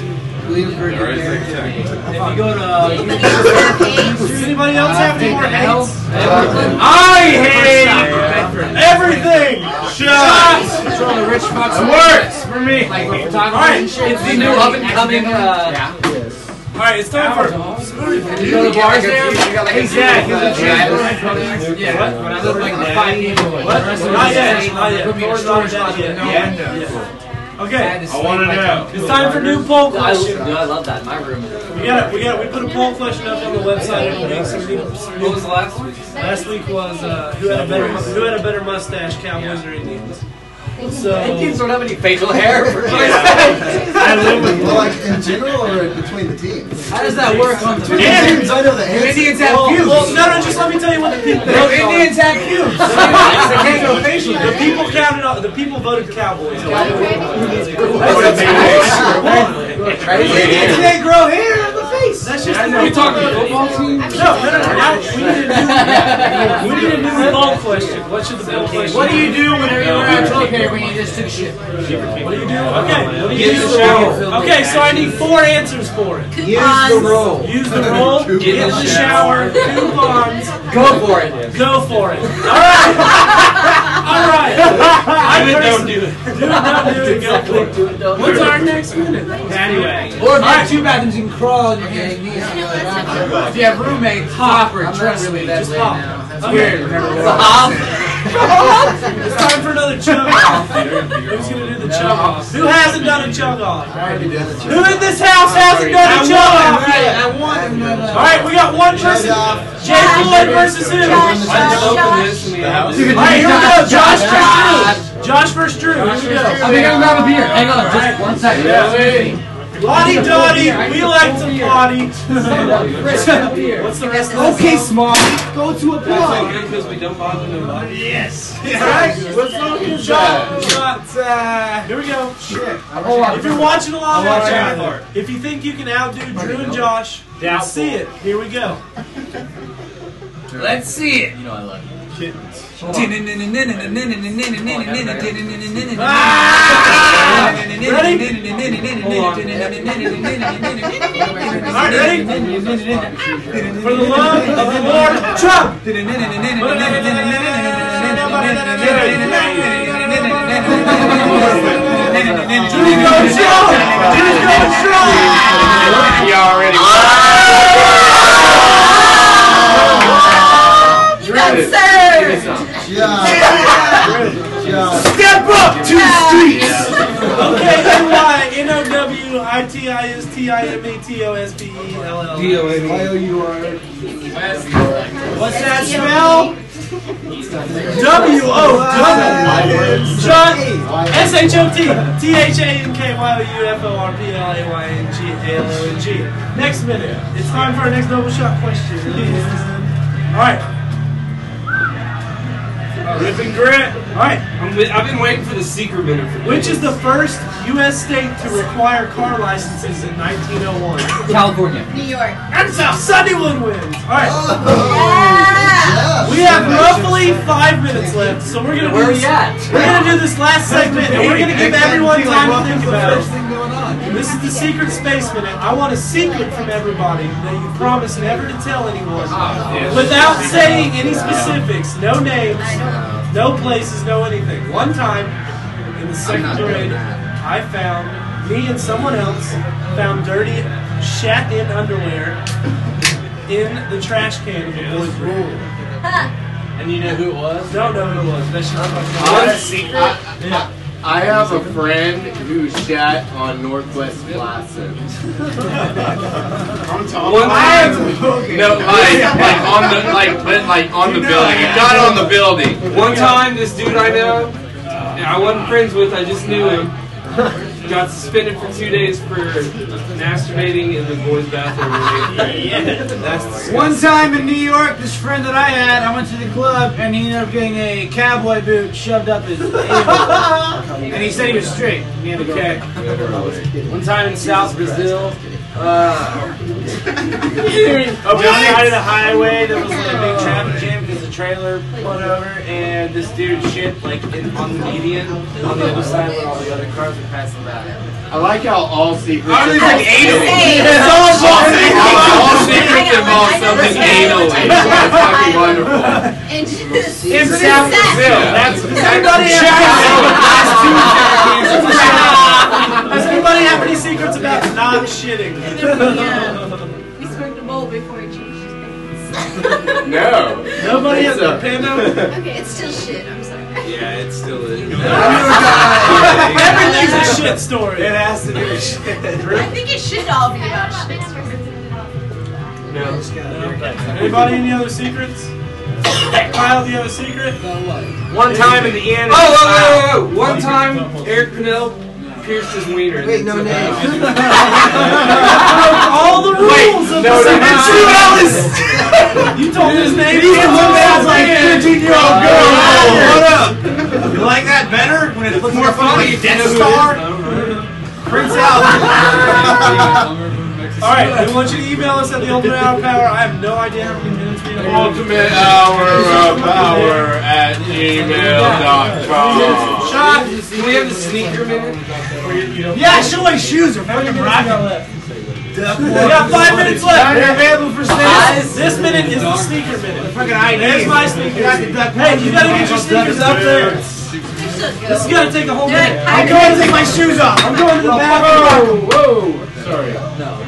Speaker 11: Williamsburg? There is If you go
Speaker 5: Uh, (laughs)
Speaker 11: to.
Speaker 5: Does anybody else have any more hates?
Speaker 8: I hate
Speaker 5: everything.
Speaker 8: Shots. Control the rich fucks. It works for me. Like, we're talking
Speaker 5: All right,
Speaker 8: shit.
Speaker 5: it's the new up and coming,
Speaker 8: uh,
Speaker 5: All right, it's time for.
Speaker 8: You go to bars there?
Speaker 5: Hey Zach, is it
Speaker 8: Yeah, yeah. when I look like five people.
Speaker 5: What? Not yet. Not yet. Thor's not dead yet. Yeah. Okay.
Speaker 8: I wanna know.
Speaker 5: It's time for new poll question.
Speaker 8: I, I love that. My room is.
Speaker 5: We got it. We got it. We put a poll question up on the website every week. Some people. Some people what was
Speaker 8: last week?
Speaker 5: Last week was uh, who had a better who had a better mustache, Cowboys or Indians? So
Speaker 8: Indians don't have any facial (laughs) hair. For
Speaker 5: I live with
Speaker 14: Well, like in general or between the teams?
Speaker 8: How does that work on the
Speaker 14: Between the teams, I know the answer.
Speaker 5: well, Well, no, no, just let me tell you what the people.
Speaker 14: No, Indians
Speaker 5: have pubes. they can't go facial. The people counted. on- The people voted Cowboys.
Speaker 4: Indians can't
Speaker 5: grow hair on the face. That's just.
Speaker 4: Are we talking football team?
Speaker 5: No, no, no, no. I- We need a new, we need a new poll question. What should the poll question?
Speaker 12: What do you do
Speaker 5: when
Speaker 12: whenever
Speaker 5: you're
Speaker 12: you're
Speaker 5: out
Speaker 12: around
Speaker 5: of
Speaker 12: Trump here when you just took a shit?
Speaker 5: What do you do? Okay, what do you
Speaker 12: Get
Speaker 5: do?
Speaker 12: in the shower.
Speaker 5: Okay, so I need four answers for it.
Speaker 12: Use the roll.
Speaker 5: Use the roll. Get in the shower. Coupons.
Speaker 8: (laughs) Go for it.
Speaker 5: Go for it. All right. All right. I
Speaker 12: Women don't
Speaker 5: do it. Do not do it. Go for it. What's our next minute? Anyway.
Speaker 11: Or if you have two bathrooms, you can crawl on your gang knees. If you have roommates, hop or trust me, that's hop. That's weird. Remember what
Speaker 5: it's time for another chug off. Who's gonna do the chug off? Who hasn't done a chug off? Who in this house hasn't done a chug off?
Speaker 11: I
Speaker 5: yet?
Speaker 11: want him to
Speaker 5: All right, we got one person. Jay Floyd versus who? All right, here we go. Josh versus Drew. Josh versus Drew. Here we go.
Speaker 8: I think I'm gonna grab a beer. Hang on, just one second.
Speaker 5: Yeah. Lottie Dottie, we like to party. What's the rest of this?
Speaker 10: Okay,
Speaker 5: song?
Speaker 10: small. Go to a
Speaker 12: That's
Speaker 10: pub.
Speaker 12: okay because we don't bother nobody.
Speaker 5: Yes. Right? What's up? Shot. Shot. Here we go. uh, If you're watching along,
Speaker 4: I'll watch
Speaker 5: out.
Speaker 4: out.
Speaker 5: If you think you can outdo Drew and Josh,
Speaker 4: Doubtful.
Speaker 5: see it. Here we go.
Speaker 11: Let's
Speaker 8: (laughs)
Speaker 11: see it.
Speaker 8: You know I love you.
Speaker 5: For the love of the Lord, Trump.
Speaker 4: You already
Speaker 5: Step up to the streets. Okay, N Y N O W I T I S T I M A T O S P E L L. What's that spell? W O W. John S H O T T H A N K Y O U F O R P L A Y N G A L O N G. Next minute. It's time for our next double shot question. All right. Rip and grit. All right.
Speaker 12: I'm, wi- I've been waiting for the secret minute for
Speaker 5: Which is the first U.S. state to require car licenses in 1901?
Speaker 8: California.
Speaker 9: New York.
Speaker 5: Arkansas. Sunnywood wins. All right.
Speaker 8: Oh,
Speaker 5: We have roughly five minutes left, so we're gonna
Speaker 8: Where
Speaker 5: do
Speaker 8: are
Speaker 5: this.
Speaker 8: we at?
Speaker 5: We're gonna do this last segment, and we're gonna give everyone time to think about
Speaker 11: First
Speaker 5: it.
Speaker 11: thing going on.
Speaker 5: This is the secret space minute. I want a secret from everybody that you promise never to tell anyone, without saying any specifics, no names, no places, no anything. One time in the second grade, I found me and someone else found dirty, shat-in underwear in the trash can of a boy's room.
Speaker 12: And you know who it was?
Speaker 5: Don't know who it was. That's just
Speaker 12: What?
Speaker 5: secret.
Speaker 15: I have a friend who shat on Northwest Plaza. I'm
Speaker 12: One time,
Speaker 15: No, like, like on the like, but like on the building. It got on the building.
Speaker 12: One time, this dude I know, and I wasn't friends with, I just
Speaker 11: (laughs)
Speaker 12: knew him, got suspended for two days for masturbating in the boys' bathroom.
Speaker 11: One time in New York, this friend that I had, I went to the club and he ended up getting a cowboy boot shoved up
Speaker 12: (laughs)
Speaker 11: his anus. and he said he was straight. And he had a girlfriend. One time in South Brazil, uh,
Speaker 5: Up
Speaker 11: the side of the highway, there was like a big traffic jam because the trailer pulled over, and this dude shit like in, on the median on the other side when all the other cars were passing by.
Speaker 15: I like how all secrets.
Speaker 11: I don't even
Speaker 15: involve-
Speaker 11: hate him.
Speaker 15: It's all involved. All secrets involve something
Speaker 5: oh
Speaker 15: anal.
Speaker 9: (laughs)
Speaker 15: and It's fucking wonderful.
Speaker 9: And just
Speaker 5: In
Speaker 9: What is
Speaker 5: South
Speaker 9: that?
Speaker 5: Brazil. That's
Speaker 9: Everybody
Speaker 5: Jack-
Speaker 9: has-
Speaker 5: Jack- Jack- Jack- Anybody have any secrets about not shitting?
Speaker 6: We smoked a bowl before it changed his pants.
Speaker 9: (laughs)
Speaker 12: No.
Speaker 5: Nobody has a
Speaker 12: panda?
Speaker 6: Okay, it's still shit. I'm sorry.
Speaker 12: Yeah, it still is.
Speaker 5: Everything's a shit story. It has to do with
Speaker 9: I
Speaker 5: shit.
Speaker 9: think it should all be about shit.
Speaker 12: No.
Speaker 5: Anybody any other secrets? Kyle, the other secret?
Speaker 12: One time in the end.
Speaker 5: Oh, oh,
Speaker 12: Oh, whoa, whoa, whoa, One time, Eric Pinnell pierced his wiener. Wait, no name.
Speaker 5: (laughs) All the rules of
Speaker 12: no,
Speaker 5: the
Speaker 12: no, no.
Speaker 5: Two Alice! you told his name. He's the one that has like 15 year old girl. What up?
Speaker 10: You like that better when it looks more funny? Death
Speaker 5: Star?
Speaker 10: Prince
Speaker 5: (laughs)
Speaker 10: Albert.
Speaker 5: Alright, we want you to email us at the ultimate hour power. I have no idea how many minutes we have.
Speaker 15: Ultimate hour of power at gmail.com.
Speaker 12: Shot. Can we have the sneaker minute? Where you- you don't-
Speaker 11: Yeah, show my shoes are fucking rocking.
Speaker 5: We got five minutes left.
Speaker 11: They're available for sale.
Speaker 5: This minute is the sneaker minute.
Speaker 11: Fucking ID.
Speaker 5: There's my sneakers. Hey, you gotta get your sneakers up there. This is gonna take a whole minute.
Speaker 11: I'm going to take my shoes off.
Speaker 5: I'm going to the bathroom.
Speaker 12: Whoa! Sorry.
Speaker 8: No,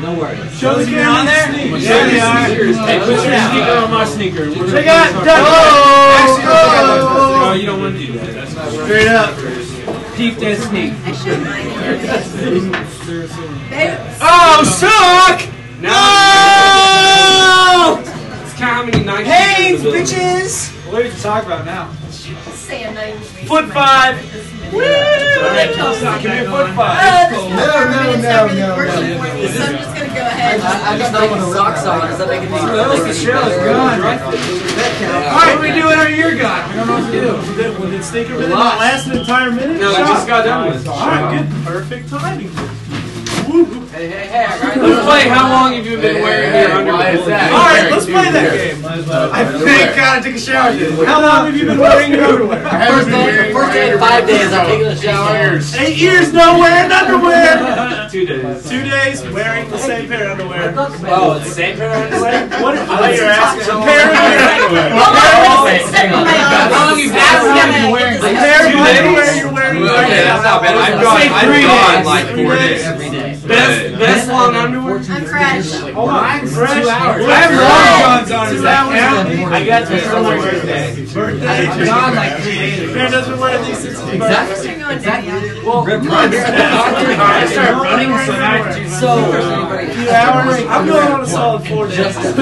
Speaker 8: no worries.
Speaker 5: Show the camera on there.
Speaker 12: Yeah, they are. Hey, put your sneaker on my sneaker. We're
Speaker 11: Check
Speaker 12: gonna-
Speaker 11: out.
Speaker 12: Oh!
Speaker 11: Oh!
Speaker 12: No, you don't want to do that. That's not
Speaker 11: Straight up.
Speaker 12: Peep that sneak.
Speaker 11: Oh, suck!
Speaker 12: No! It's kind of how many nights.
Speaker 11: Hey, bitches! What are you talking about now?
Speaker 6: Sam, not even me.
Speaker 5: Foot five. Woo! Give me a foot five.
Speaker 6: No,
Speaker 14: no, no, no, no.
Speaker 6: So I'm just gonna go ahead.
Speaker 8: I just like socks on. Does that make it
Speaker 11: Alright, we doing our year guy. We don't know what to do.
Speaker 5: Did it- did sneaker minute not last an entire minute?
Speaker 12: No, it
Speaker 5: Shot.
Speaker 12: just got done with.
Speaker 5: Alright, good. Perfect timing.
Speaker 8: Hey, hey, hey, I got
Speaker 12: Let's play how long have you been wearing your
Speaker 15: why
Speaker 12: underwear?
Speaker 15: is that?
Speaker 5: All right, let's play that game.
Speaker 11: Thank God I took a shower today.
Speaker 5: How long have you been wearing your (laughs) underwear?
Speaker 8: First day, first day in five days, I'm taking a shower.
Speaker 5: Eight years no wearing underwear.
Speaker 12: (laughs) Two days.
Speaker 5: Two days wearing the same pair of underwear.
Speaker 8: Oh, it's the same pair of underwear?
Speaker 5: What? I thought you were asking. A pair of underwear.
Speaker 6: Hold on, listen, step on my
Speaker 8: How long
Speaker 6: arm.
Speaker 8: you been
Speaker 6: That's
Speaker 8: wearing
Speaker 6: gonna-
Speaker 8: wearing
Speaker 5: A
Speaker 8: this?
Speaker 5: pair of
Speaker 8: Two
Speaker 5: underwear
Speaker 8: days?
Speaker 5: you're wearing right
Speaker 7: Okay, that's
Speaker 5: now.
Speaker 7: not bad. I've gone,
Speaker 8: Say
Speaker 7: I've
Speaker 8: three
Speaker 7: gone
Speaker 8: days.
Speaker 7: like four days.
Speaker 8: Every day.
Speaker 12: Best, best long underwear?
Speaker 6: I'm fresh.
Speaker 5: Hold on. Fresh.
Speaker 11: Two hours.
Speaker 5: Fresh.
Speaker 11: I have long johns on. Does
Speaker 5: Two
Speaker 11: that
Speaker 5: hours.
Speaker 11: count? I got this on my birthday.
Speaker 5: Birthday.
Speaker 11: Gone like three days.
Speaker 5: Bear doesn't wear these since his birthday.
Speaker 8: Exactly.
Speaker 6: We're going down.
Speaker 12: I started running
Speaker 5: Wearing
Speaker 12: some
Speaker 5: underwear.
Speaker 8: So, uh,
Speaker 5: Two hours. I'm going on a solid four (laughs) days.
Speaker 12: Dude.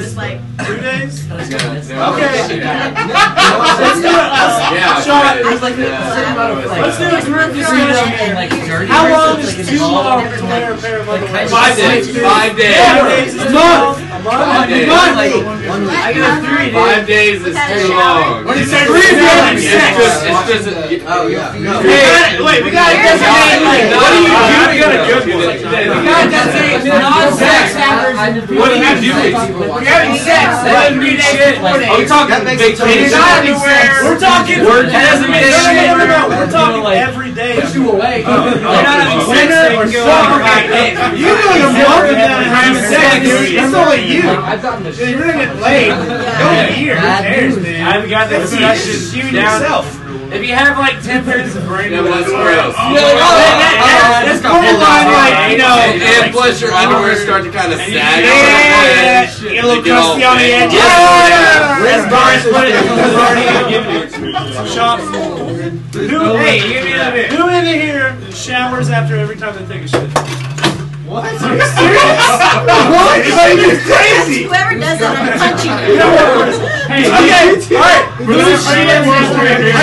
Speaker 6: Just like,
Speaker 5: Two days.
Speaker 7: Okay.
Speaker 5: Let's do it. Let's-
Speaker 7: Yeah.
Speaker 5: Shot.
Speaker 7: yeah.
Speaker 8: like the certain amount of like.
Speaker 5: Let's do a group
Speaker 8: And
Speaker 5: discussion.
Speaker 8: like dirty.
Speaker 5: How
Speaker 8: versus,
Speaker 5: long
Speaker 8: like,
Speaker 5: is
Speaker 8: it's
Speaker 5: too
Speaker 8: all-
Speaker 5: long to wear a pair of underwear?
Speaker 12: Five days. Five
Speaker 5: Five
Speaker 12: days.
Speaker 5: days is too long. A month.
Speaker 7: Five days.
Speaker 8: I got three
Speaker 12: Five days is
Speaker 6: Without a
Speaker 12: too
Speaker 6: shower.
Speaker 12: long.
Speaker 8: What do you say?
Speaker 12: It's just, it's just. a-
Speaker 8: Oh, yeah. No.
Speaker 12: Hey,
Speaker 11: Wait, we gotta
Speaker 12: What do you do?
Speaker 11: designate.
Speaker 12: We got a good one.
Speaker 11: God, that's a non-sex average.
Speaker 12: What are you doing?
Speaker 11: We're having sex. That would be shit.
Speaker 12: I'm talking vacation.
Speaker 5: We're talking.
Speaker 12: We're designated.
Speaker 5: No, no, no, no, no. We're
Speaker 8: We're
Speaker 5: talking
Speaker 8: like-
Speaker 5: every day.
Speaker 8: you away.
Speaker 5: You're not having sex or something. You're doing a month of that having sex. It's only you.
Speaker 8: I've gotten the shit.
Speaker 11: Don't hear. Who
Speaker 8: Bad
Speaker 11: cares,
Speaker 8: news.
Speaker 11: man?
Speaker 12: I've got
Speaker 11: That's just you and yourself.
Speaker 12: If you have like ten pairs of brain,
Speaker 7: That was gross. Oh,
Speaker 12: That's borderline, like you know.
Speaker 7: And plus your underwear start to kind of sag.
Speaker 12: Yeah,
Speaker 7: You look crusty
Speaker 12: on the edges.
Speaker 7: Let's
Speaker 5: Boris put it
Speaker 11: Shop.
Speaker 5: Who,
Speaker 11: Hey, you give me that beer.
Speaker 5: who in here showers after every time they take a shit?
Speaker 6: whoever does it, I'm punching you.
Speaker 5: Hey, okay, all right. Who's shit
Speaker 6: Who is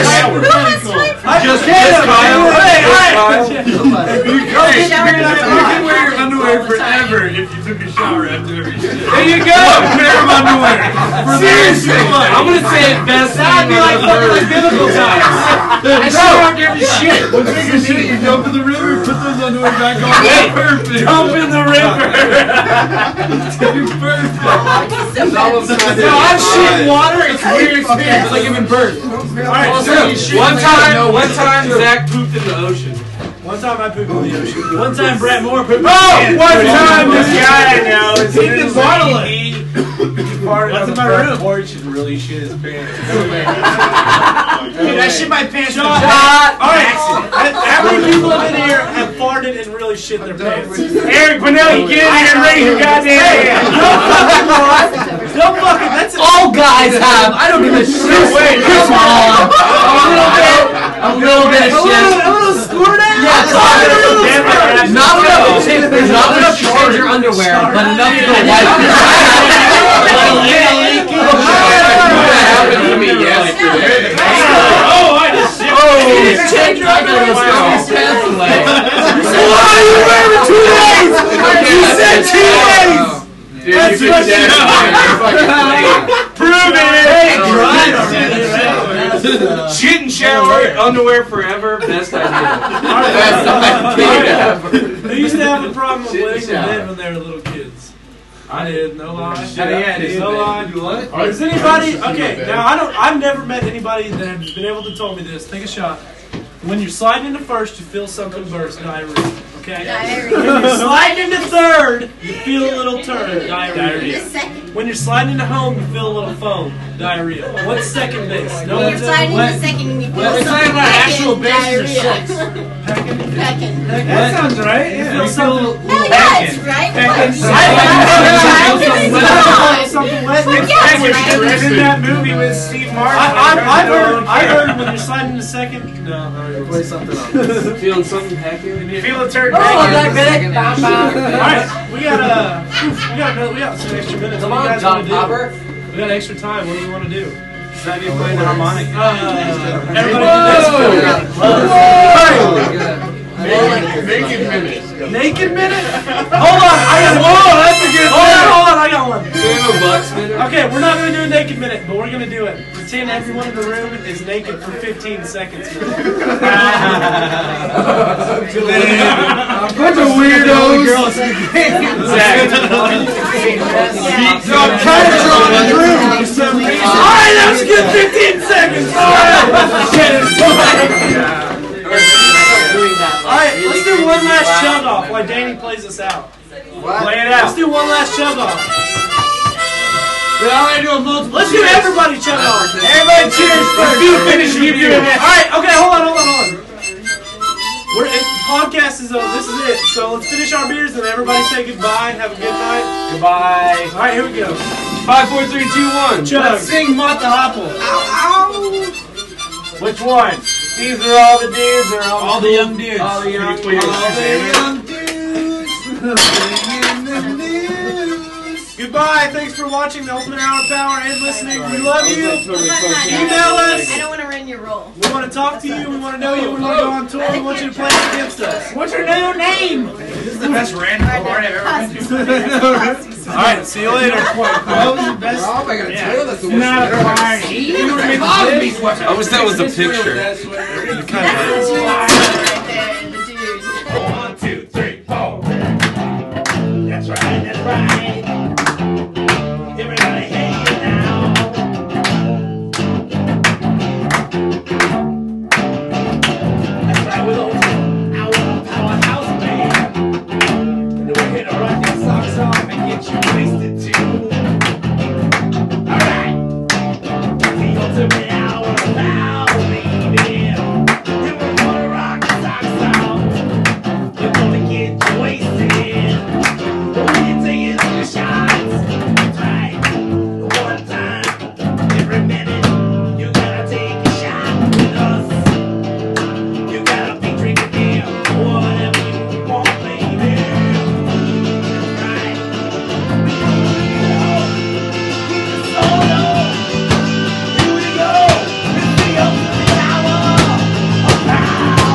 Speaker 6: my friend?
Speaker 7: Just, just Kyle.
Speaker 5: Hey,
Speaker 7: Just Kyle.
Speaker 6: Shower down.
Speaker 7: wear your underwear forever if you took a shower after every shit. There you go. One pair of underwear. Seriously.
Speaker 12: I'm gonna say it best. That'd be like fucking biblical times.
Speaker 11: I still don't give a shit.
Speaker 7: When you take a shit, you jump in the river, put those underwear back on. Perfect.
Speaker 12: Jump in the
Speaker 7: (laughs) No,
Speaker 12: river. (laughs) No, I've shit water. It's weird.
Speaker 8: It's like giving birth.
Speaker 5: All right,
Speaker 12: One time, one time, Zach pooped in the ocean.
Speaker 5: One time I pooped in the ocean. One time Brett Moore pooped.
Speaker 12: Oh, one time this
Speaker 5: guy I know is
Speaker 11: He can bottle it.
Speaker 5: farted on the
Speaker 11: my
Speaker 5: front
Speaker 11: room? (laughs)
Speaker 5: porch and really shit his pants.
Speaker 11: Dude, I shit my pants.
Speaker 5: John,
Speaker 11: with
Speaker 5: John-
Speaker 11: that.
Speaker 5: all right. How many people in here have farted and really shit their pants?
Speaker 11: (laughs) Eric Benelli, get in here and raise your goddamn hand.
Speaker 5: No fucking lie. No fucking. That's
Speaker 8: All guys have. I don't give a shit. Come on. A little bit. A little bit of shit. A little squirt out. Yeah, not enough to change. Not enough to change your underwear, but enough to wipe your
Speaker 7: happened to me
Speaker 8: (laughs)
Speaker 7: yesterday.
Speaker 8: Oh, I just shit. Oh, change your underwear. Why are you wearing two days? You said two days.
Speaker 7: Dude, That's you could definitely
Speaker 11: Prove it.
Speaker 7: Hey,
Speaker 12: Shit and shower, underwear forever, best idea. Best idea.
Speaker 5: They used to have a problem with laying in bed when they were little kids. I did, no lie.
Speaker 11: Shit, I
Speaker 5: I
Speaker 11: did.
Speaker 5: no lie.
Speaker 11: You what?
Speaker 5: Does anybody? Okay, now I don't. I've never met anybody that has been able to tell me this. Take a shot. When you're sliding into first, you feel something burst, diarrhea. Okay.
Speaker 15: Diarrhea.
Speaker 5: When you're sliding into third, you feel a little turn,
Speaker 15: Diarrhea.
Speaker 5: diarrhea. When you're sliding into home, you feel a little foam, diarrhea. What's second base? No
Speaker 9: You're
Speaker 5: one's ever-
Speaker 9: sliding
Speaker 5: What?
Speaker 9: in the second. You
Speaker 5: We're
Speaker 9: feel
Speaker 5: talking about actual
Speaker 9: something
Speaker 5: bases or
Speaker 9: pecking,
Speaker 5: shits.
Speaker 9: diarrhea. Pecking.
Speaker 5: That sounds right. You feel something.
Speaker 9: Hell yeah, it's right.
Speaker 5: in that movie with Steve Martin. I, I, I've heard, I heard when you're sliding in a second. No, no, play something (laughs) up.
Speaker 12: Feeling something hacking?
Speaker 5: Feel a turd.
Speaker 12: Oh,
Speaker 5: banging.
Speaker 12: that bit. Bow, bow.
Speaker 5: All right, we got uh, we got another, we got some extra minutes. Come on, John Popper. We got extra time. What do we want to do? Does that mean playing the harmonic? Uh, everybody, do this.
Speaker 7: Naked minute.
Speaker 5: Naked minute? Hold on, I got one. Hold on, that's a good hold on, hold on, I got one. Okay, we're not gonna do a naked minute, but we're gonna do it. Pretend everyone in the room is naked for 15 (laughs) seconds.
Speaker 10: Bunch of (laughs) weirdos.
Speaker 5: (laughs) No, I'm trying to draw the room for some reason. All right, let's get 15 seconds. All right, shit, it's fine. All right, let's do one last shove off while Danny plays us out. Play it out. Let's do one last shove off. Let's do everybody shove off. Everybody cheers first. You finish. You do it. All right. Okay. Hold on. Hold on. Hold on. We're it, podcast is over. This is it. So let's finish our beers and everybody say goodbye and have a good night. Goodbye. All right, here we go. Five, four, three, two, one. Chug.
Speaker 11: Let's sing Mata Hopple.
Speaker 5: Which one? These are all the dudes. Or all, all the young dudes. All the young dudes. All the young (laughs) dudes. Goodbye. Thanks for watching the Ultimate Hour of Power and listening. We love you. Email us.
Speaker 9: I don't want to run your role.
Speaker 5: We want to talk to you. We want to know you. We want to go on tour. We want you to play against us. What's your new name? This is the best random party I've ever been to. All right, see you later. That was the best. Oh my god, yeah. that's the worst. Not a party.
Speaker 12: I wish that was a picture.
Speaker 4: One, two, three, four. That's right, that's right. Everybody hang it now. That's right, we're the our powerhouse band. And we're here to rock your socks off and get you wasted too. Alright. The ultimate hour of power, baby. And we're gonna rock your socks off. You're gonna get wasted. We're taking the shots. Try one time every minute. You gotta take a shot with us. You gotta be drinking beer, whatever you want, baby. That's right. Solo. Here we go. It's the ultimate hour of power.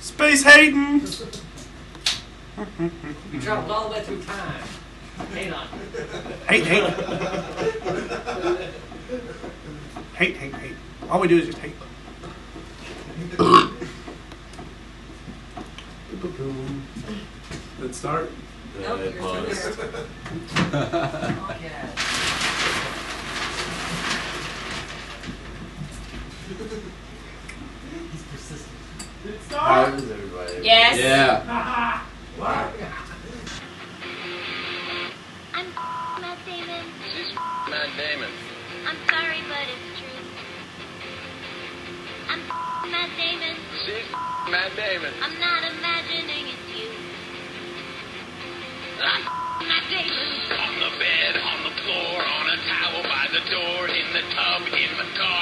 Speaker 5: Space Hayden.
Speaker 15: We traveled all the way through time. Hang on.
Speaker 10: Hey, hey. Hate, hate, hate. All we do is just hate.
Speaker 5: Let's start.
Speaker 15: How is everybody?
Speaker 9: Yes.
Speaker 15: Yeah.
Speaker 16: I'm Matt Damon.
Speaker 1: This is Matt Damon.
Speaker 16: I'm sorry, but it's true. I'm Matt Damon.
Speaker 1: This is Matt Damon.
Speaker 16: I'm not imagining it's you. I'm Matt Damon.
Speaker 1: On the bed, on the floor, on a towel by the door, in the tub, in the car.